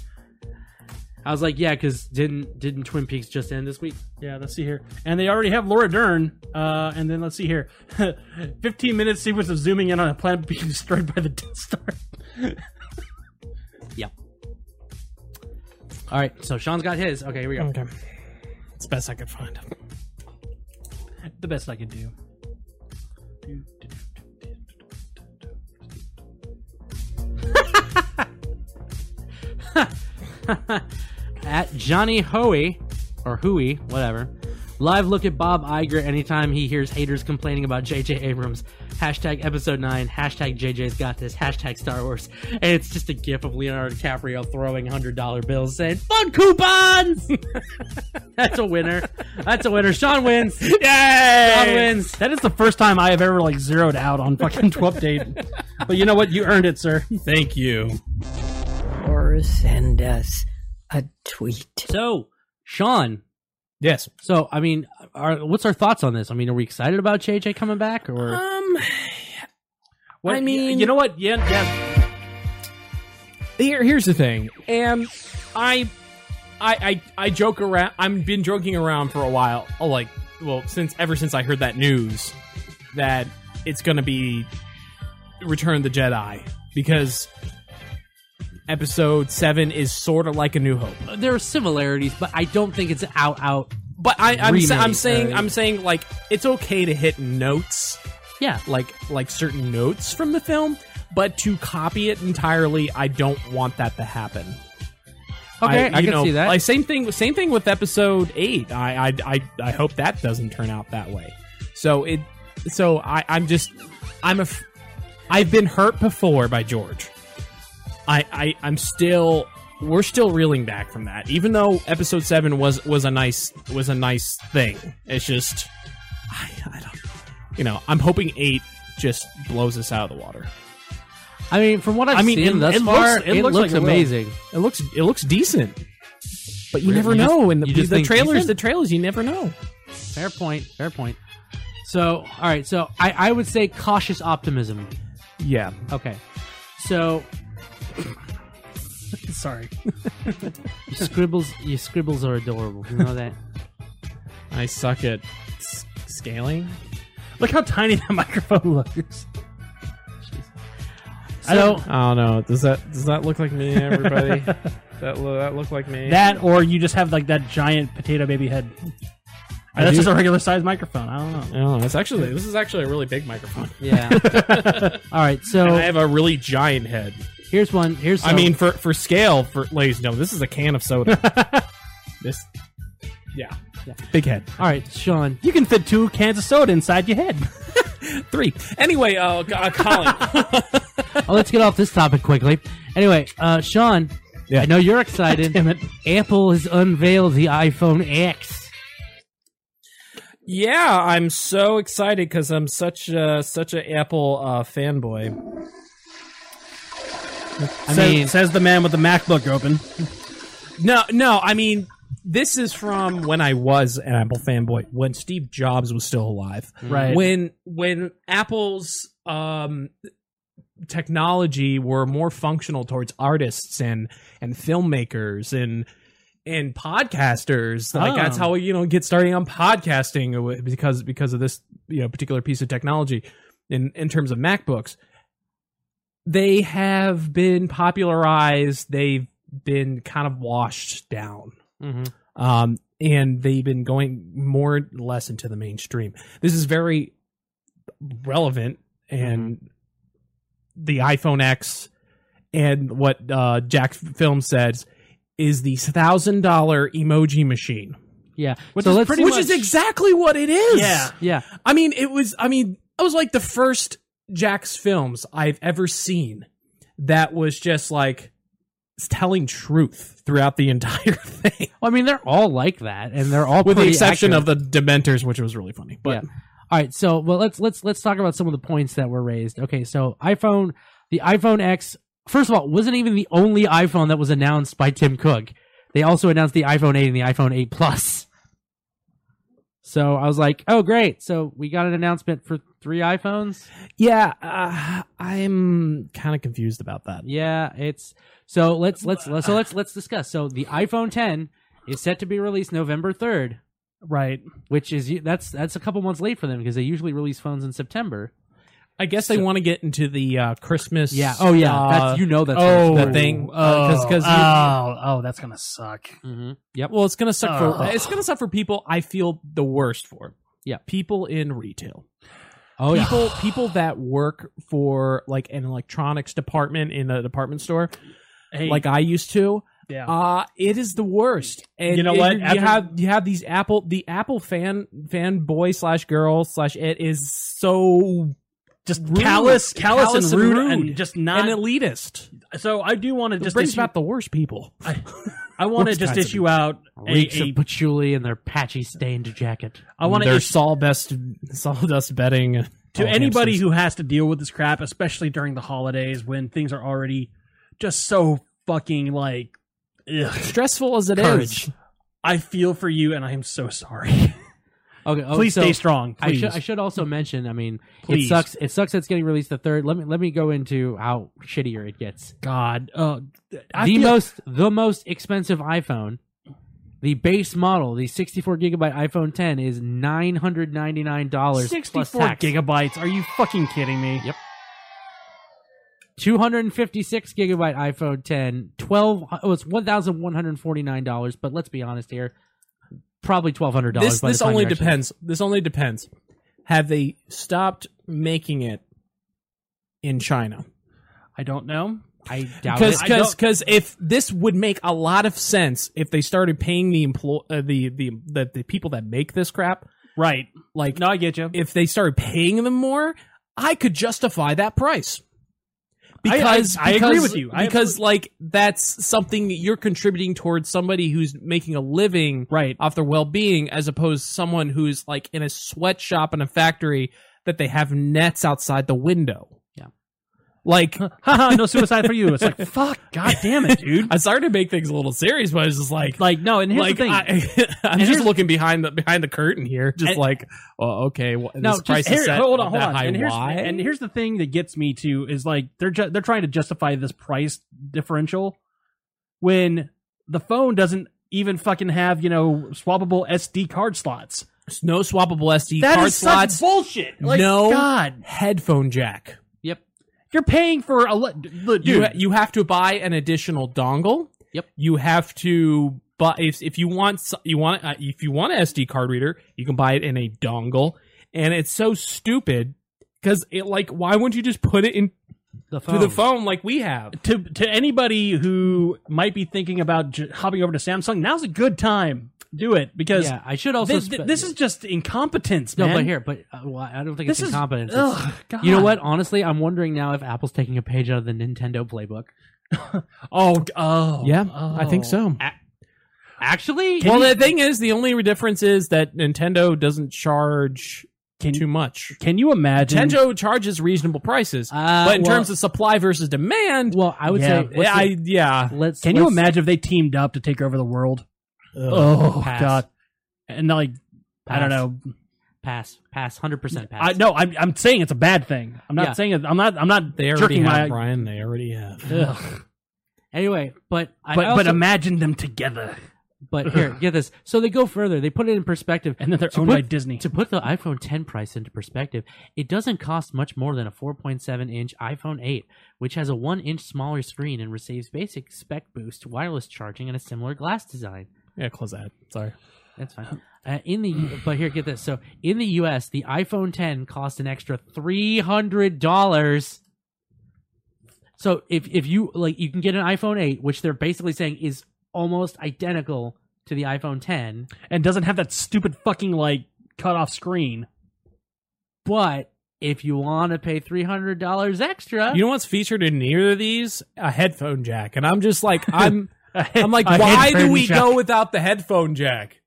I was like, "Yeah," because didn't didn't Twin Peaks just end this week? Yeah, let's see here. And they already have Laura Dern. Uh, and then let's see here. <laughs> 15 minute sequence of zooming in on a planet being destroyed by the Death <laughs> Star. Yep. All right, so Sean's got his. Okay, here we go. Okay. It's the best I could find. the best I could do. At Johnny Hoey, or Huey, whatever. Live look at Bob Iger anytime he hears haters complaining about JJ Abrams. Hashtag episode 9, hashtag JJ's got this, hashtag Star Wars. And it's just a gif of Leonardo DiCaprio throwing $100 bills saying, Fun coupons! <laughs> That's a winner. That's a winner. Sean wins. Sean wins. That is the first time I have ever like zeroed out on fucking to update. but you know what? You earned it, sir. Thank you. Or send us a tweet. So, Sean, Yes. So, I mean, are, what's our thoughts on this? I mean, are we excited about JJ coming back, or Um, What, I mean- you know what? Yeah, yeah. here, here's the thing, and I, I, I, I joke around. I've been joking around for a while. Oh, Like, well, since ever since I heard that news that it's gonna be Return of the Jedi because Episode Seven is sort of like A New Hope. there are similarities, but I don't think it's out out. But I, I'm, sa- I'm Remake, saying, right? I'm saying, like, it's okay to hit notes Yeah, like like certain notes from the film, but to copy it entirely, I don't want that to happen. Okay, I you can know, see that. Like same thing, same thing with episode eight. I I, I I hope that doesn't turn out that way. So it, so I I'm just I'm a f- I've been hurt before by George. I I I'm still we're still reeling back from that. Even though episode seven was was a nice was a nice thing. It's just I, I don't you know, I'm hoping eight just blows us out of the water. I mean, from what I've I mean, seen it- thus it looks- far, it it looks looks, like it will. amazing. It looks it looks decent. But you Really? never You just- know, and the, you just the think trailers, decent? the trailers, you never know. Fair point. Fair point. So, all right. So, I, I would say cautious optimism. Yeah, Okay. So, <laughs> Sorry. your scribbles, your scribbles are adorable. You know that? I suck at s- scaling. Look how tiny that <laughs> microphone looks. So, I don't know. Does that <laughs> does that look like me, everybody? that lo- that look like me? That or you just have like that giant potato baby head. I that's do- just a regular sized microphone. I don't know. Oh, it's actually this is actually a really big microphone. yeah. <laughs> all right. And So, I have a really giant head. here's one. Here's. I some. mean, for for scale, for ladies and gentlemen, this is a can of soda. <laughs> this, yeah, big head. all right, Sean. You can fit two cans of soda inside your head. Three. Anyway, uh, G- uh Colin. Oh, let's get off this topic quickly. Anyway, uh, Sean. Yeah. I know you're <laughs> excited. Damn it. Apple has unveiled the iPhone X. <laughs> yeah, I'm so excited because I'm such a, such an Apple uh, fanboy. I says, mean, says the man with the MacBook open. No, no, I mean. This is from when I was an Apple fanboy, when Steve Jobs was still alive. Right. when when apple's um technology were more functional towards artists and and filmmakers and and podcasters like Oh. that's how we, you know get starting on podcasting wi- because because of this you know particular piece of technology in in terms of macbooks they have been popularized they've been kind of washed down Mhm. um, and they've been going more or less into the mainstream. This is very relevant, and the iPhone X and what uh, Jack Film says is the thousand dollar emoji machine, yeah. Which so is let's, pretty which much- is exactly what it is. Yeah. yeah. I mean, it was. I mean, that was like the first Jack's films I've ever seen that was just like telling truth throughout the <laughs> entire <laughs> thing. Well, I mean, they're all like that, and they're all with the pretty exception accurate. of the Dementors, which was really funny. But Yeah. All right, so well, let's let's let's talk about some of the points that were raised. Okay, so iPhone, the iPhone X. First of all, wasn't even the only iPhone that was announced by Tim Cook. They also announced the iPhone 8 and the iPhone 8 Plus. So I was like, oh great! So we got an announcement for three iPhones. yeah, uh, I'm kind of confused about that. Yeah, it's so let's let's let's so let's let's discuss. So the iPhone 10 is set to be released November 3rd, Right. which is that's that's a couple months late for them because they usually release phones in September. I guess they want to get into the uh, Christmas. uh, Yeah. Oh, yeah. that's you know that's oh, what the it's thing. Oh, Because oh, oh, that's gonna suck. for. Mhm. Yep. well, it's gonna suck for Ugh. it's gonna suck for people. I feel the worst for. Yeah. people in retail. Oh yeah. people people that work for like an electronics department in a department store, Hey, like I used to. yeah. Uh it is the worst. And You know what? You, you After- have you have these Apple the Apple fan fan boy slash girl slash it is so just rude. callous, callous, Callous and and rude, rude. and just not. an elitist. so I do want to It just brings issue, about the worst people. I want to worst just kinds of issue out Reeks a, a of patchouli in their patchy stained jacket. I want to their sawdust sawdust bedding to anybody who has to deal with this crap, especially during the holidays when things are already just so fucking like. Ugh. stressful as it is. Courage. I feel for you, and I am so <laughs> sorry. Okay. Oh, Please so stay strong. I Please. should I should also mention. I mean, Please. it sucks. It sucks. It's getting released the third. Let me let me go into how shittier it gets. God, uh, I the feel- most the most expensive iPhone, the base model, the 64 gigabyte iPhone 10 is nine hundred ninety nine dollars plus sixty-four tax. gigabytes. Are you fucking kidding me? Yep. 256 gigabyte iPhone 10, 12, oh, it's $1,149, but let's be honest here. Probably $1,200. This by the this time only you're actually- depends. This only depends. Have they stopped making it in China? I don't know. I doubt it. because I because don't- if this would make a lot of sense if they started paying the employ uh, the, the the the people that make this crap Right. <laughs> like No, I get you. if they started paying them more i could justify that price because I agree because- with you. I- because like that's something you're contributing towards somebody who's making a living Right. off their well-being as opposed to someone who's like in a sweatshop in a factory that they have nets outside the window Yeah. <laughs> like Haha, no suicide for you. It's like fuck, god damn it, <laughs> dude. i'm sorry to make things a little serious but i was just like Like no, and here's like the thing. I, <laughs> i'm here's- just looking behind the behind the curtain here just And- like oh okay well, no, this just price here- is set hold on, hold that on. high and, here's, why and here's the thing that gets me to is like they're ju- they're trying to justify this price differential when the phone doesn't even fucking have you know swappable SD card slots. no swappable sd That is card such slots bullshit. Like, no God, headphone jack you're paying for a le- look, dude. you ha- you have to buy an additional dongle. Yep. You have to buy if if you want s- you want uh, if you want an SD card reader, you can buy it in a dongle, and it's so stupid because it like why wouldn't you just put it in The to Oh. the phone like we have? to to anybody who might be thinking about j- hopping over to Samsung, now's a good time. Do it because Yeah, I should thi- also. thi- spe- this is just incompetence, no, man. but here, but uh, well, I don't think it's This is- incompetence. It's- Ugh, God. you know what? Honestly, I'm wondering now if Apple's taking a page out of the Nintendo playbook. Oh, g- oh, oh. Actually, well, the thing is, the only difference is that Nintendo doesn't charge Can- too much. Can you imagine? Nintendo charges reasonable prices, Uh, but in well- terms of supply versus demand, well, I would Yeah, say. yeah, let's- I, yeah, let's, Can you let's- imagine if they teamed up to take over the world? oh pass. God! And like, I don't Pass. know. Pass, pass, hundred percent pass. I no, I'm I'm saying it's a bad thing. I'm not Yeah. saying it. I'm not. I'm not they already jerking have my. Brian. They already have. Ugh. Anyway, but I But but also- imagine them together, but <laughs> here, get this. So they go further. They put it in perspective, and then they're To owned put- by Disney. To put the iPhone 10 price into perspective, it doesn't cost much more than a 4.7 inch iPhone 8, which has a 1 inch smaller screen and receives basic spec boost, wireless charging, and a similar glass design. Yeah, close that. Sorry. That's fine. Uh, in the but here, get this. So in the U.S., the iPhone 10 cost an extra three hundred dollars. So if if you like, you can get an iPhone 8, which they're basically saying is almost identical to the iPhone 10, and doesn't have that stupid fucking like cut off screen. but if you want to pay three hundred dollars extra, You know what's featured in neither of these? A headphone jack. And I'm just <laughs> like, I'm I'm like, A why do headphone we jack. go without the headphone jack?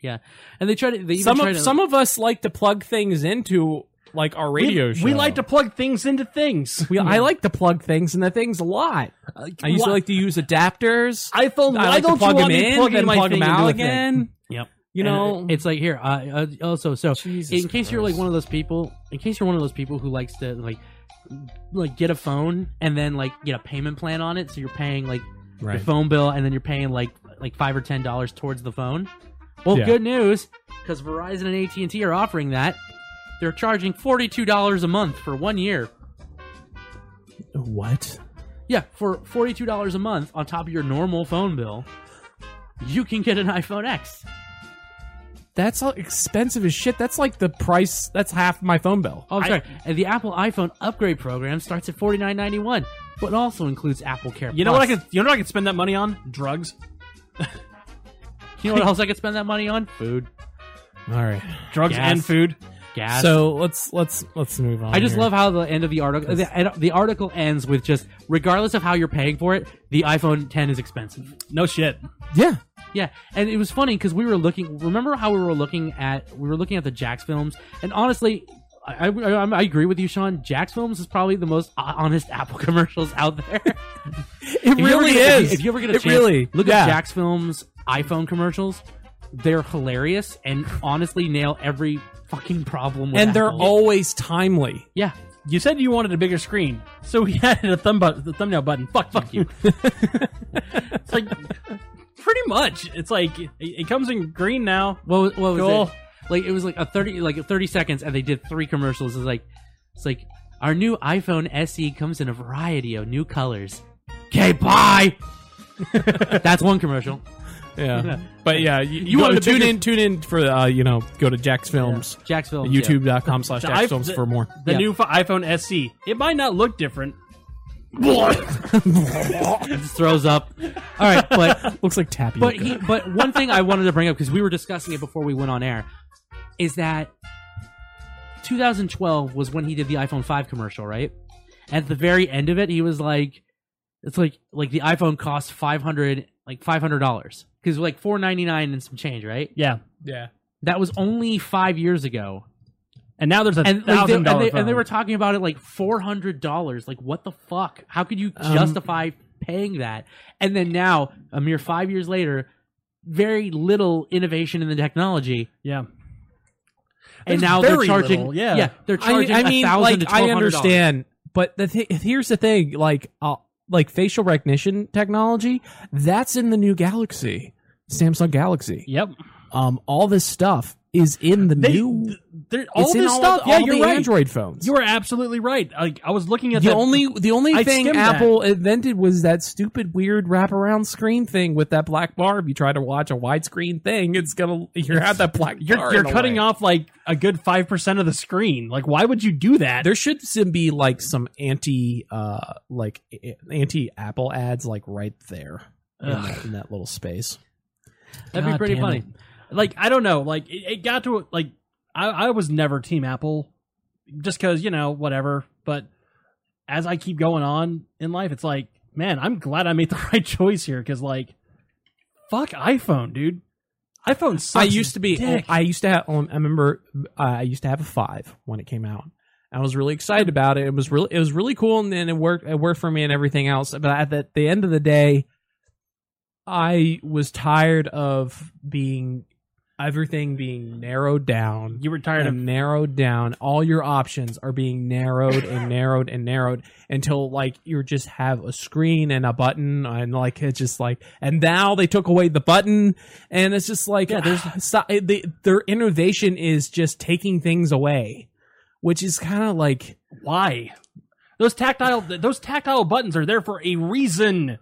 Yeah, and they try to. They even Some try of to, some of us like to plug things into like our radio we, show. we like to plug things into things. We, I like to plug things into things a lot. I used to wha- like to use adapters. iPhone. I why like to don't plug you them let me in, plug then my plug them thing out into a thing? again. Yep. You and know, it- it's like here. Uh, uh, also, so Jesus in case you're like Christ. one of those people, in case you're one of those people who likes to like, like get a phone and then like get a payment plan on it, so you're paying like your phone bill and then you're paying like like five or ten dollars towards the phone. Well, Yeah. good news, because Verizon and AT and T are offering that. They're charging forty two dollars a month for one year. What? Yeah, for forty two dollars a month on top of your normal phone bill, you can get an iPhone X. That's all expensive as shit. That's like the price. That's half my phone bill. Oh, I'm sorry. And the Apple iPhone upgrade program starts at forty nine ninety one, but also includes Apple Care. You know what I Plus. could? You know what I could spend that money on? Drugs. You know what else I could spend that money on? Food, All right. Drugs Gas. and food. gas. So let's let's let's move on. I just here. love how the end of the article. The, ed- the article ends with just regardless of how you're paying for it, the iPhone 10 is expensive. No shit. Yeah. Yeah, and it was funny because we were looking. Remember how we were looking at we were looking at the Jax films, and honestly. I, I, I I agree with you, Sean. Jax Films is probably the most ho- honest <laughs> Apple commercials out there. <laughs> It If you ever really get a- is. If you ever get a it chance, really look yeah. at Jax Films iPhone commercials. They're hilarious and honestly nail every fucking problem. With and they're Apple. always timely. yeah. You said you wanted a bigger screen, so we <laughs> added a thumb button, the thumbnail button. Fuck, <laughs> fuck you. it's like pretty much. It's like it, it comes in green now. What was, what was Cool. it? Like it was like a thirty like thirty seconds, and they did three commercials. It's like it's like our new iPhone SE comes in a variety of new colors. K pie. That's one commercial. Yeah. <laughs> But yeah, you, you go want to to tune bigger- in tune in for uh, you know, go to Jack's Films. Jack's Films. yeah. YouTube.com slash The iP- Jack's Films the- for more. <laughs> The Yeah. new ph- iPhone SC. It might not look different. just throws up. All right, but <laughs> Looks like tapioca. but he, but one thing I wanted to bring up because we were discussing it before we went on air is that 2012 was when he did the iPhone 5 commercial, right? At the very end of it, he was like, "It's like like the iPhone costs five hundred like five hundred dollars because like four ninety nine and some change, right? Yeah. Yeah. That was only five years ago, And now there's a and like, they, thousand and, dollar they, phone. and they were talking about it like four hundred dollars. Like, what the fuck? How could you Um, justify paying that? And then now, a mere five years later, very little innovation in the technology, yeah. and There's now they're very charging. little, yeah. they're charging. I, I mean, 1,000 like to I $1,200. understand, but the th- here's the thing: like, uh, like facial recognition technology, that's in the new Galaxy, Samsung Galaxy. Yep. Um, all this stuff is in the They, new. th- they're- all it's in this stuff. yeah, all you're the right. Android phones. You are absolutely right. Like I was looking at the that- only the only I thing skimmed Apple invented was that stupid weird wraparound screen thing with that black bar. If you try to watch a widescreen thing, it's gonna you have that black. You're, bar you're in the cutting way. off like a good five percent of the screen. Like, why would you do that? There should some- be like some anti uh like anti Apple ads like right there in that, in that little space. That'd be God pretty damn funny. it. Like I don't know. Like it, it got to like I, I was never Team Apple, just because you know whatever. But as I keep going on in life, it's like man, I'm glad I made the <laughs> right choice here because like fuck iPhone, dude. iPhone sucks. I used to be. oh, dick. I used to have. Um, I remember. Uh, I used to have a five when it came out. I was really excited about it. It was really. It was really cool, and then it worked. It worked for me and everything else. But at the, the end of the day, I was tired of being everything being narrowed down. you were tired and of narrowed down. All your options are being narrowed <laughs> and narrowed and narrowed until like you just have a screen and a button and like it's just like and now they took away the button and it's just like yeah, there's they, their innovation is just taking things away, which is kind of like why those tactile those tactile buttons are there for a reason.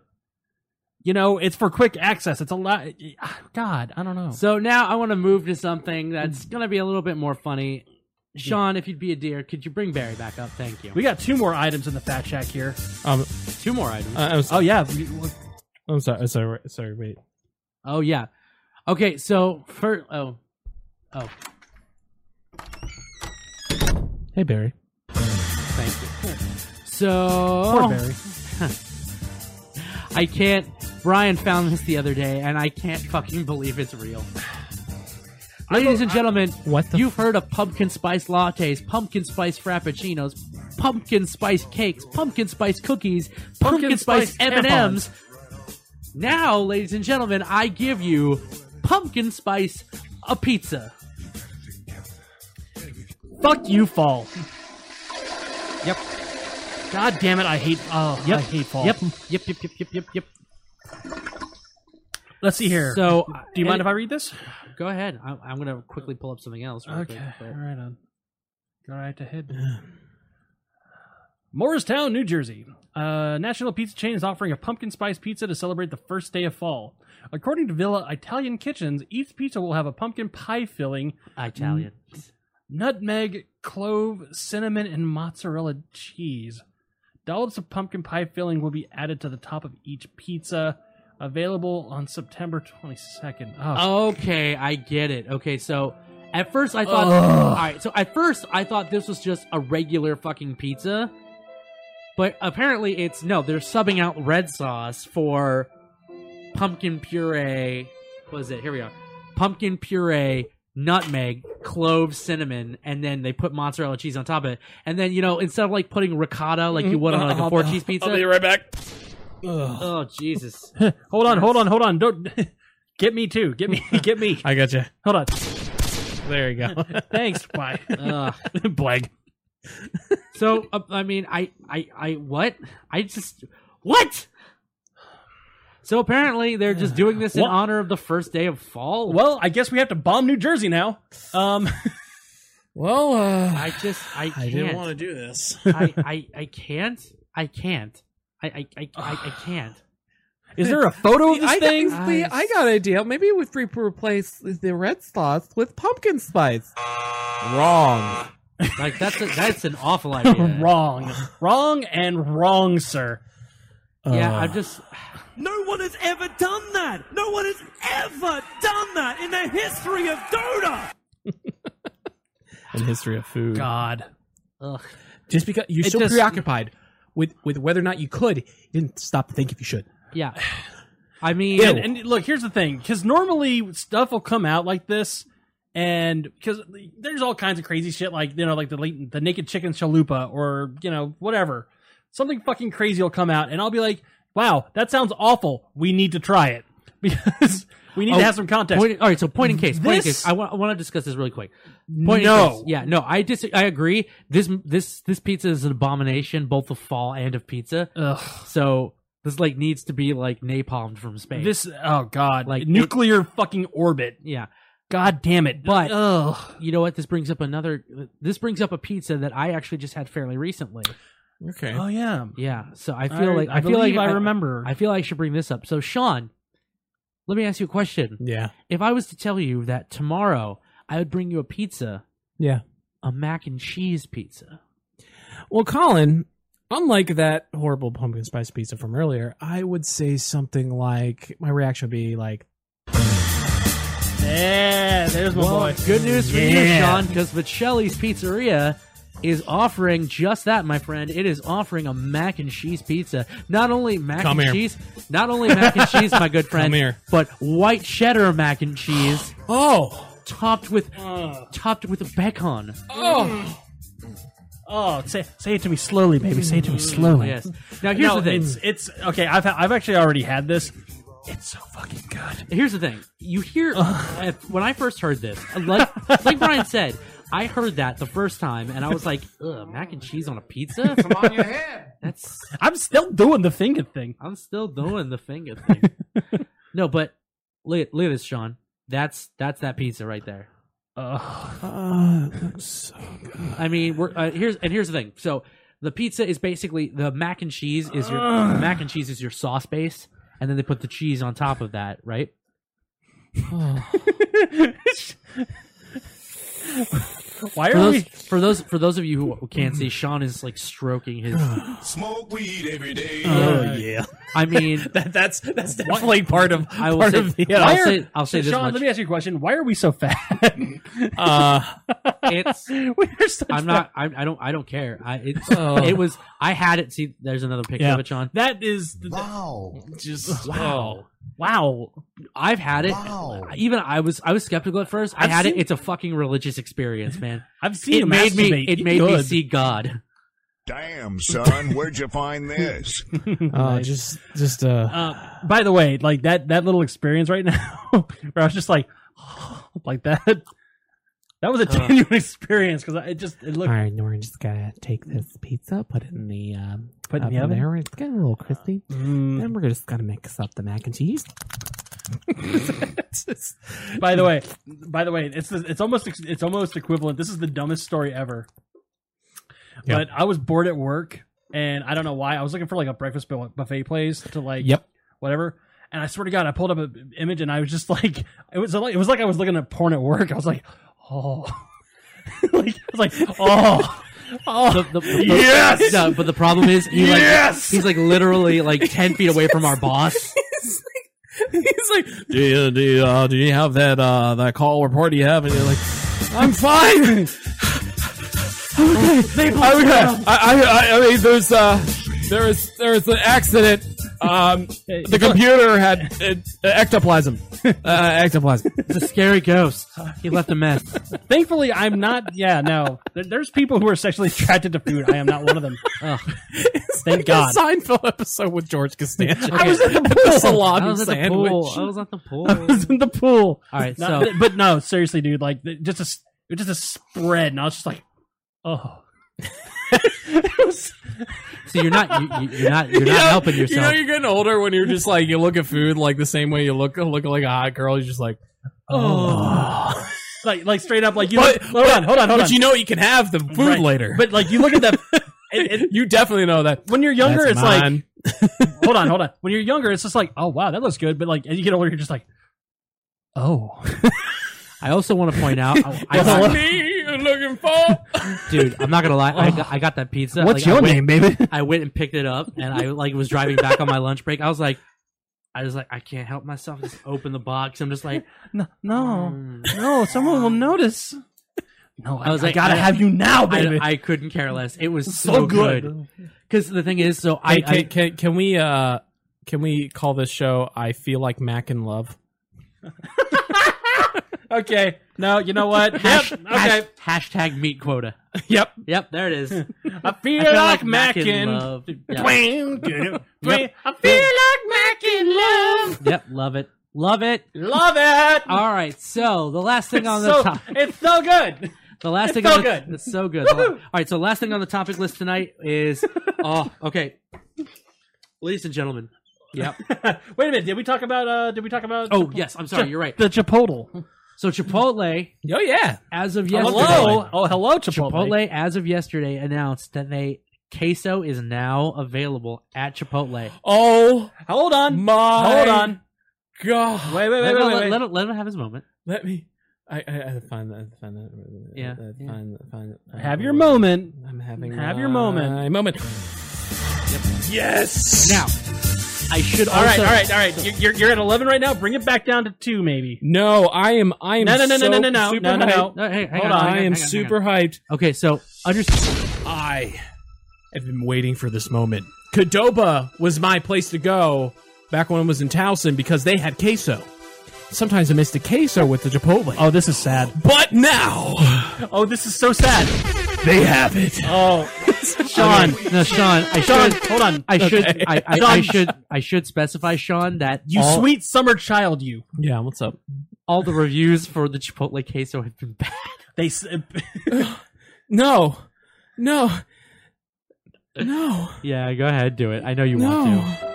You know, it's for quick access. It's a lot. God, I don't know. So now I want to move to something that's going to be a little bit more funny. Sean, if you'd be a dear, could you bring Barry back up? Thank you. We got two more items in the fat shack here. um uh, two more items. I, I was Oh yeah, we- I'm sorry I'm sorry sorry wait oh yeah. Okay, so first, oh, oh, hey Barry thank you. So Oh. poor Barry. I can't. Brian found this the other day, and I can't fucking believe it's real. Ladies and gentlemen, What the you've heard of pumpkin spice lattes, pumpkin spice frappuccinos, pumpkin spice cakes, pumpkin spice cookies, pumpkin, spice, spice M and M's. Now, ladies and gentlemen, I give you pumpkin spice a pizza. Fuck you, Fall. Yep. God damn it, I hate. Oh, I hate Fall. Yep. Yep. Yep. Yep. Yep. Yep. Yep. Let's see here. So, do you mind if I read this? I go ahead? I, I'm gonna quickly pull up something else. real quick, but- right on. Go right ahead. <sighs> Morristown, New Jersey. Uh, national pizza chain is offering a pumpkin spice pizza to celebrate the first day of fall. According to Villa Italian Kitchens, each pizza will have a pumpkin pie filling, Italian. nutmeg, clove, cinnamon, and mozzarella cheese. Dollops of pumpkin pie filling will be added to the top of each pizza. Available on September 22nd. Oh, Okay, I get it. Okay, so at first I thought, all right, so at first I thought this was just a regular fucking pizza, but apparently it's no. They're subbing out red sauce for pumpkin puree. What is it? Here we are. Pumpkin puree, nutmeg, clove, cinnamon, and then they put mozzarella cheese on top of it. And then you know, instead of like putting ricotta like you would on like a four cheese pizza, Mm-hmm. right back oh <laughs> Jesus. hold on, hold on, hold on. Don't <laughs> get me too. Get <laughs> me, get me. I got gotcha. Hold on. you there you go <laughs> Thanks. <laughs> Bye. Ugh. Blag. So uh, I mean, I, I, I, what? I just what? So apparently they're just doing this in Well- honor of the first day of fall. Well, I guess we have to bomb New Jersey now. Um, well uh, I just I can't. I to do this I, I, can't. I can't. I I, I, I, I can't. <laughs> is there a photo of this I, thing? Got, we- I got an idea. Maybe we re- replace the red sauce with pumpkin spice. Wrong. Like that's a, that's an awful idea. Wrong, wrong, and wrong, sir. Yeah, I'm just. No one has ever done that. No one has ever done that in the history of Dota. <laughs> In history of food, God, Ugh. just because you're It so just- preoccupied with with whether or not you could. You didn't stop to think if you should. Yeah. I mean, And, and look, here's the thing, because normally stuff will come out like this, and because there's all kinds of crazy shit, like you know, like the late- the naked chicken chalupa, or you know, whatever, something fucking crazy will come out, and I'll be like, wow, that sounds awful. We need to try it <laughs> because we need Oh, to have some context. Point, all right, so point in case. Point in This- case. I want to discuss this really quick. Point No. In case. Yeah, no, I dis- I agree. This this this pizza is an abomination, both of fall and of pizza. Ugh. So this like needs to be like napalmed from space. This oh god, Like, like nuclear fucking orbit. yeah. God damn it! But- Ugh. You know what? This brings up another. This brings up a pizza that I actually just had fairly recently. Okay. oh yeah, Yeah. So I feel like I, I feel like believe I remember. I feel like I should bring this up. So Sean, let me ask you a question. Yeah. If I was to tell you that tomorrow I would bring you a pizza, Yeah. a mac and cheese pizza. Well, Colin, unlike that horrible pumpkin spice pizza from earlier, I would say something like my reaction would be <laughs> like, yeah, there's my Well, boy. good news for you, Yeah. Sean, because Michelli's Pizzeria is offering just that, my friend. It is offering a mac and cheese pizza. Not only mac Come and here. cheese, not only mac and cheese, my good <laughs> friend, Come here. but white cheddar mac and cheese "Oh, Uh. topped with topped with bacon. Oh, say say it to me slowly, baby. Say it to me slowly. Yes. Now here's no, the thing. It's, it's okay. I've ha- I've actually already had this. It's so fucking good. here's the thing. You hear uh, when I first heard this, like like Brian said, I heard that the first time, and I was like, Ugh, "Mac and cheese on a pizza? <laughs> Come on your head." That's I'm still doing the finger thing. I'm still doing the finger thing. no, but look, look at this, Sean. That's that's that pizza right there. uh, that's- I mean, we're uh, here's and here's the thing. So the pizza is basically the mac and cheese is your the mac and cheese is your sauce base, and then they put the cheese on top of that, right? Why For are those we? for those for those of you who- who can't see, Sean is like stroking his. Smoke weed every day. oh yeah, I mean, that, that's that's definitely part <laughs> of I will part say- of the I'll uh, why are- say- I'll say this Sean, much. let me ask you a question. Why are we so fat? <laughs> <laughs> uh, it's. We're such I'm not. I'm, I don't. I don't care. I. It's. It was. I had it. See, there's another picture Yeah. of it, Sean. That is the, just Wow. wow. I've had it. Even I was. I was skeptical at 1st I I've had it. seen- It's a fucking religious experience, man. I've seen It him made me. masturbate. It He's made me good. see God. Damn, son, where'd you find this? uh, just just uh, Uh, by the way, like that that little experience right <laughs> now, where I was just like, <gasps> like that. That was a genuine experience because it just it looked. All right, we're just gonna take this pizza, put it in the um, Put it in the oven? Mm-hmm. there. It's getting a little crispy. mm. Then we're just gonna mix up the mac and cheese. It's just- By the way, by the way, it's it's almost it's almost equivalent. This is the dumbest story ever. Yeah. But I was bored at work, and I don't know why. I was looking for like a breakfast bu- buffet place to like, Yep. whatever. And I swear to God, I pulled up an image, and I was just <laughs> like, it was like it was like I was looking at porn at work. I was like, oh, <laughs> like I was like, oh, oh, The, the, the- Yes! No, but the problem is, he Yes! like, he's like literally like ten feet away from our boss. He's like, do you do you, uh, do you have that uh, that call report you have? And you're like, I'm <laughs> fine. okay. <laughs> I, I, I, I mean, there's uh, there is there is an accident. Um, the computer had uh, <laughs> ectoplasm. Uh, ectoplasm. It's a scary ghost. He left a mess. Thankfully, I'm not. Yeah, no. There- There's people who are sexually attracted to food. I am not one of them. Ugh. <laughs> Thank God. The Seinfeld episode with George Costanza. <laughs> I was at the pool. salami I was at the sandwich. pool. I was at the <laughs> pool. in the pool. All right, No, so but, but no, seriously, dude. Like the- just a s- it was just a spread, and I was just like, oh. It was- So you're not you, you- you're not you're not helping You know yourself. you're getting older when you're just like you look at food like the same way you look look like a hot girl. You're just <sighs> like, <sighs> <laughs> oh. like like straight up like you. But- hold on, hold on, hold on. But you know you can have the food Right. later. But like you look at that. It, it, you definitely know that. when you're younger, That's it's mine. like hold on, hold on. When you're younger, it's just like oh wow, that looks good. But like as you get older, you're just like oh <laughs> I also want to point out, I, I That's got- me you're looking for. dude, I'm not gonna lie, I got, I got that pizza. what's Like, I your went- name, baby? I went and picked it up, and I like was driving back on my lunch break. I was like, I was like, I can't help myself. Just open the box. I'm just like, <laughs> No, no, mm. no. Someone will notice. No, I, I was I like, gotta I- have you now, I, baby. I couldn't care less. It was so, so good. good. Because the thing is, so I, Hey, can, I can, can we uh, can we call this show "I Feel Like Mac and Love"? okay. No, you know what? yep. hash- Okay. hash- hashtag meat quota. Yep. Yep, there it is. I feel, I feel, like, Mac and <laughs> love. Yeah. Twang. Twang. Yep. I feel like Mac and love. yep, love it, love it. Love it. All right, so the last thing on the so, top, It's so good. <laughs> the last thing so on the, good. it's so <laughs> good. All right, so last thing on the topic list tonight is, oh, okay, ladies and gentlemen. Yep. Wait a minute. Did we talk about? uh Did we talk about? Oh yes, I'm sorry. You're right. The Chipotle. So Chipotle, Oh yeah. as of yesterday, Hello. Oh, hello, Chipotle. Chipotle, as of yesterday, announced that they queso is now available at Chipotle. Oh Hold on. my. Hold on. God. Wait, wait, wait, let, wait, him- wait. let him, let him have his moment. Let me. I I, I find that find that Yeah, I yeah. Find, that- find that- Have your moment. I'm having Have your moment. my moment. Yes. Now, I should All right, also- all right, all right. You're, you're, you're at 11 right now. Bring it back down to two, maybe. No, I am. I am. No, no, no, no, so no, no, no, super no, no, hyped. no. No, hey, hang Hold on, on, hang I hang am on, hang super on. hyped. Okay, so understand. I have been waiting for this moment. Cadoba was my place to go back when I was in Towson because they had queso. Sometimes I missed a queso with the Chipotle. Oh, this is sad. But now Oh, this is so sad. they have it. Oh, Sean, Sean. no, Sean, I <laughs> Sean, should, hold on. I should, I, I, I Sean. should, I should specify, Sean, that You all, sweet summer child, you. Yeah, what's up? all the reviews for the Chipotle queso have been bad. They. s- <laughs> No, no, no, <laughs> Yeah, go ahead, do it. I know you no. Uh, to.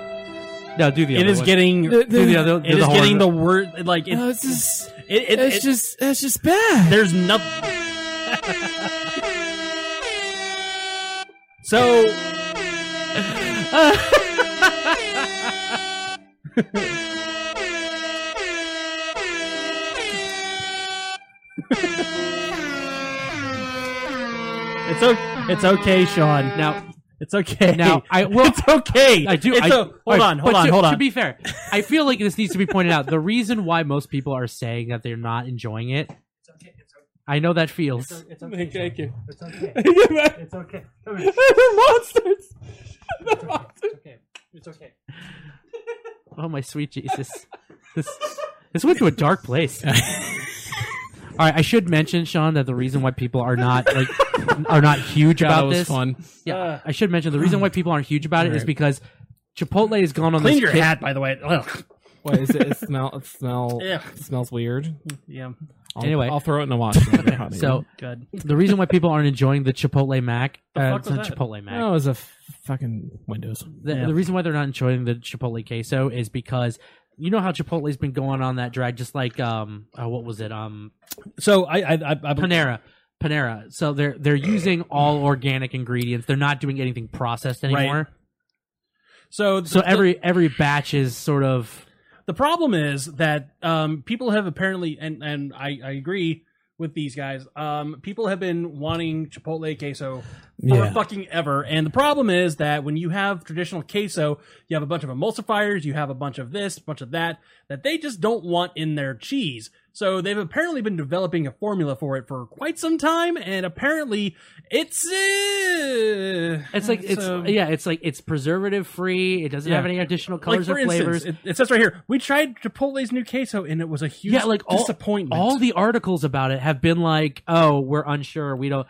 No, do the It other is one. getting. The- the- do the other. It do is the getting horn. the word. Like it. No, it's just, it, it, Uh, it's it- just, it's just bad. There's nothing. <laughs> so. <laughs> It's okay. It's okay, Sean. now. It's okay. <laughs> Now I will. it's okay. I do. It's I, o- hold alright, on. Hold but on. to, hold on. To be fair, I feel like this needs to be pointed out. The reason why most people are saying that they're not enjoying it. I know that feels. Thank you. <laughs> it's okay. <laughs> Monsters. It's okay. Oh my sweet Jesus! This this went to a dark <laughs> place. All right, I should mention, Sean, that the reason why people are not like are not huge That about was this. fun. Yeah, Uh, I should mention the reason why people aren't huge about it is because Chipotle has gone on Clean this your kick- hat, by the way. Ugh. What is it? It smell. It smell. <laughs> Yeah. It smells weird. Yeah. I'll, Anyway. I'll throw it in a <laughs> wash. later, So Good. the reason why people aren't enjoying the Chipotle Mac, uh, fuck it's was not that? Chipotle Mac. No, it was a f- fucking Windows. The, Yeah. the reason why they're not enjoying the Chipotle queso is because you know how Chipotle's been going on that drag, just like um, oh, what was it? Um, So I I I, I Panera, Panera. So they're they're using all organic ingredients. They're not doing anything processed anymore. so So every every batch is sort of the problem is that um people have apparently and and I I agree with these guys. Um people have been wanting chipotle queso for Yeah. fucking ever. And the problem is that when you have traditional queso, you have a bunch of emulsifiers, you have a bunch of this, a bunch of that that they just don't want in their cheese. So they've apparently been developing a formula for it for quite some time and apparently it's uh, it's like it's so- yeah it's like it's preservative free. It doesn't Yeah. have any additional colors like, for or flavors. Instance, it, it says right here, we tried Chipotle's new queso and it was a huge yeah, like all, disappointment. All the articles about it have been like, "Oh, we're unsure. We don't."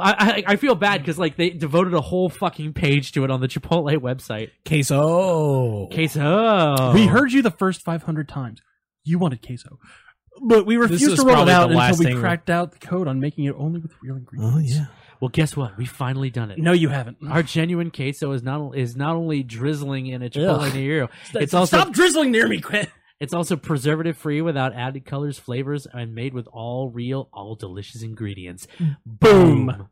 I I, I feel bad because like they devoted a whole fucking page to it on the Chipotle website. Queso. Queso. We heard you the first 500 times. You wanted queso. But we refused is to roll it probably out the last until we thing- cracked out the code on making it only with real ingredients. Oh yeah. Well, guess what? We finally done it. No, you haven't. Our genuine queso is not is not only drizzling in a Chipotle Ugh. near you, it's Stop also drizzling near me, Quinn. it's also preservative free without added colors, flavors, and made with all real, all delicious ingredients. Mm. Boom.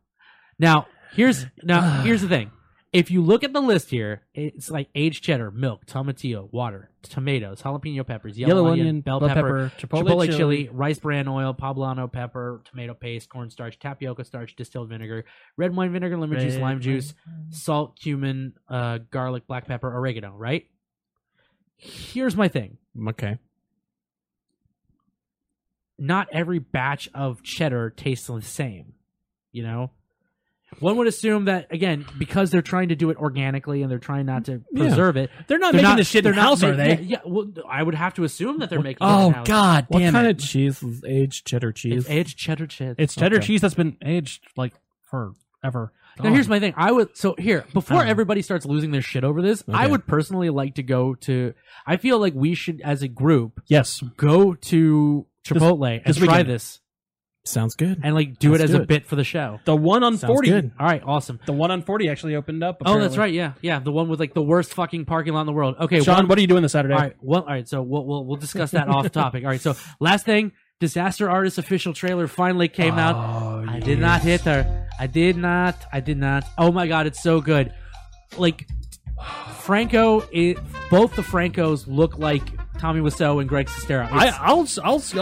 Now here's <sighs> now here's the thing. If you look at the list here, it's like aged cheddar, milk, tomatillo, water, tomatoes, jalapeno peppers, yellow, <laughs> Yellow onion, onion, bell, bell pepper, pepper, chipotle, chipotle chili, chili, rice bran oil, poblano pepper, tomato paste, cornstarch, tapioca starch, distilled vinegar, red wine vinegar, lemon juice, Red lime wine juice, salt, cumin, uh, garlic, black pepper, oregano. Right? Here's my thing. Okay. not every batch of cheddar tastes the same. You know, one would assume that again because they're trying to do it organically and they're trying not to preserve it. They're not making this shit in house, are ma- they? Yeah, yeah, Well, I would have to assume that they're making. it Oh in-house. god, What damn kind it. of cheese is aged cheddar cheese? It's aged cheddar cheese. It's cheddar Okay. cheese that's been aged like forever. Now here's my thing. I would so here Uh-huh. before everybody starts losing their shit over this. I Okay. would personally like to go to. I feel like we should, as a group, yes. go to Chipotle this and try weekend. this Sounds good. and like do Let's it as do a it. bit for the show. The one on Sounds forty. good. All right, awesome. The one on forty actually opened up. Oh, that's apparently. right. Yeah, yeah. The one with like the worst fucking parking lot in the world. Okay, Sean, one- what are you doing this Saturday? all right. Well, all right. So we'll we'll, we'll discuss that off topic. All right. So last thing, Disaster Artist official trailer finally came out. I did not hit her. I did not. I did not. Oh my god, it's so good. Like Franco, it, both the Francos look like Tommy Wiseau and Greg Sestero. I, It's- I'll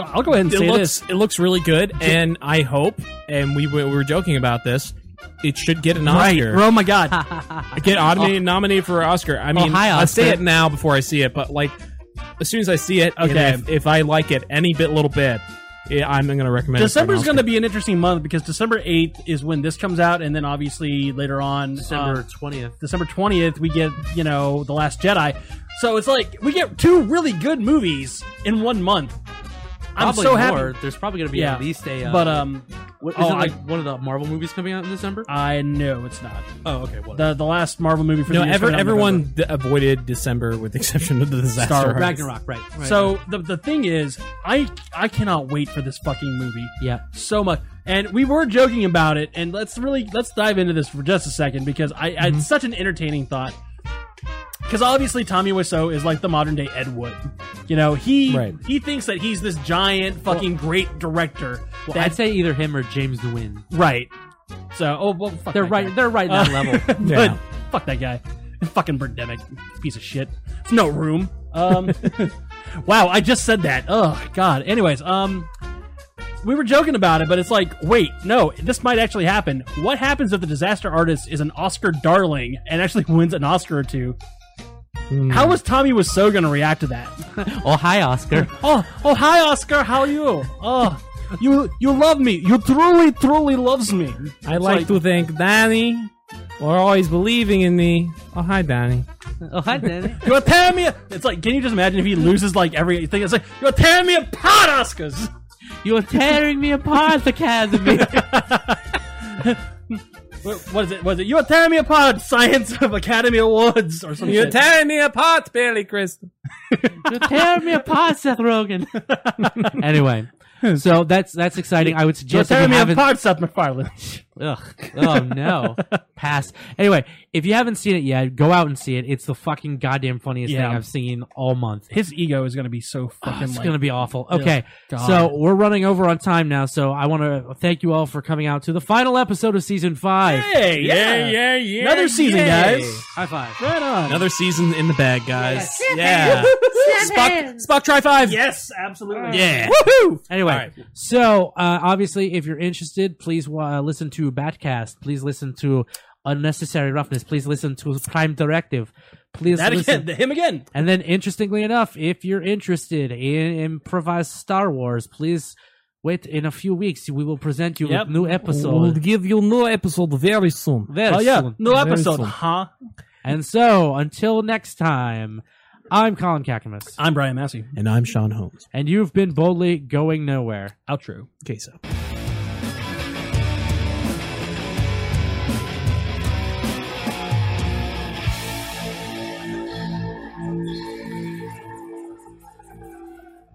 I'll I'll go ahead and It say this. looks it looks really good, and I hope. And we, we were joking about this. It should get an Oscar. Oh my god. Get nominated, nominated for an Oscar. I mean, hi, I say Oscar. it now before I see it, but like as soon as I see it, and Okay. if, if I like it any bit, little bit, yeah, I'm going to recommend. December it is going to be an interesting month because December 8th is when this comes out, and then obviously later on, <laughs> December uh, twentieth. December 20th, we get, you know, The Last Jedi. So it's like we get two really good movies in one month. I'm so happy. There's probably gonna be Yeah. at least a. Uh, But, um, what, oh, isn't I- like one of the Marvel movies coming out in December? I know it's not. Oh, okay. Well, The the last Marvel movie for no, the year is ever, coming out in everyone November. d- avoided December with the <laughs> exception of the disaster. Star Artist. Ragnarok, right? right. So the, the thing is, I I cannot wait for this fucking movie. yeah. so much and we were joking about it and let's really let's dive into this for just a second because i, I Mm-hmm. it's such an entertaining thought because obviously tommy wiseau is like the modern day ed wood you know he Right. he thinks that he's this giant fucking great director Well, I'd that's say either him or James Nguyen. right so oh well fuck They're that right. guy. They're right at that <laughs> level. <laughs> but Yeah. fuck that guy <laughs> fucking pandemic piece of shit it's no room <laughs> um wow i just said that oh god anyways um we were joking about it, but it's like, wait, no, this might actually happen. What happens if the disaster artist is an Oscar darling and actually <laughs> wins an Oscar or two? How was Tommy was so gonna react to that? Hmm. <laughs> oh, hi, Oscar. <laughs> Oh, oh, hi, Oscar, how are you? Oh, you you love me. You truly, truly loves me. I like, to thank Danny for always believing in me. Oh, hi, Danny. Oh, hi, Danny. You're tearing me. It's like, can you just imagine if he loses like every thing? It's like you're tearing me apart, Oscars. You're tearing me apart, Academy. What, what is it? Was it you're tearing me apart? Science of Academy Awards or something? You're tearing me apart, Billy Crystal. You're tearing me apart, Seth Rogen. <laughs> anyway, so that's that's exciting. I would You're suggest if tearing you me haven't. apart, Seth MacFarlane. Ugh. Oh no, pass. Anyway, if you haven't seen it yet, go out and see it. It's the fucking goddamn funniest Yeah. thing I've seen all month. his ego is going to be so fucking. It's like, going to be awful. Okay. God. so we're running over on time now. So I want to thank you all for coming out to the final episode of season five. Hey, yeah, yeah, yeah, Another season, guys. High five. Right on. Another season in the bag, guys. Yeah. Spock, Spock, try five. Yes, absolutely. Yeah. Woohoo! Anyway, All right. so uh, obviously, if you're interested, please uh, listen to Batcast. Please listen to Unnecessary Roughness. Please listen to Prime Directive. Please That listen. again. <laughs> Him again. And then, interestingly enough, if you're interested in improvised Star Wars, please wait in a few weeks. We will present you Yep. with new We'll episode. give you new episode very soon. Very Oh yeah, soon. new Very episode. soon. Huh? And so, until next time, I'm Colin Kakamas, I'm Brian Massey. And I'm Sean Holmes. and you've been boldly going nowhere. Outro. Okay, so.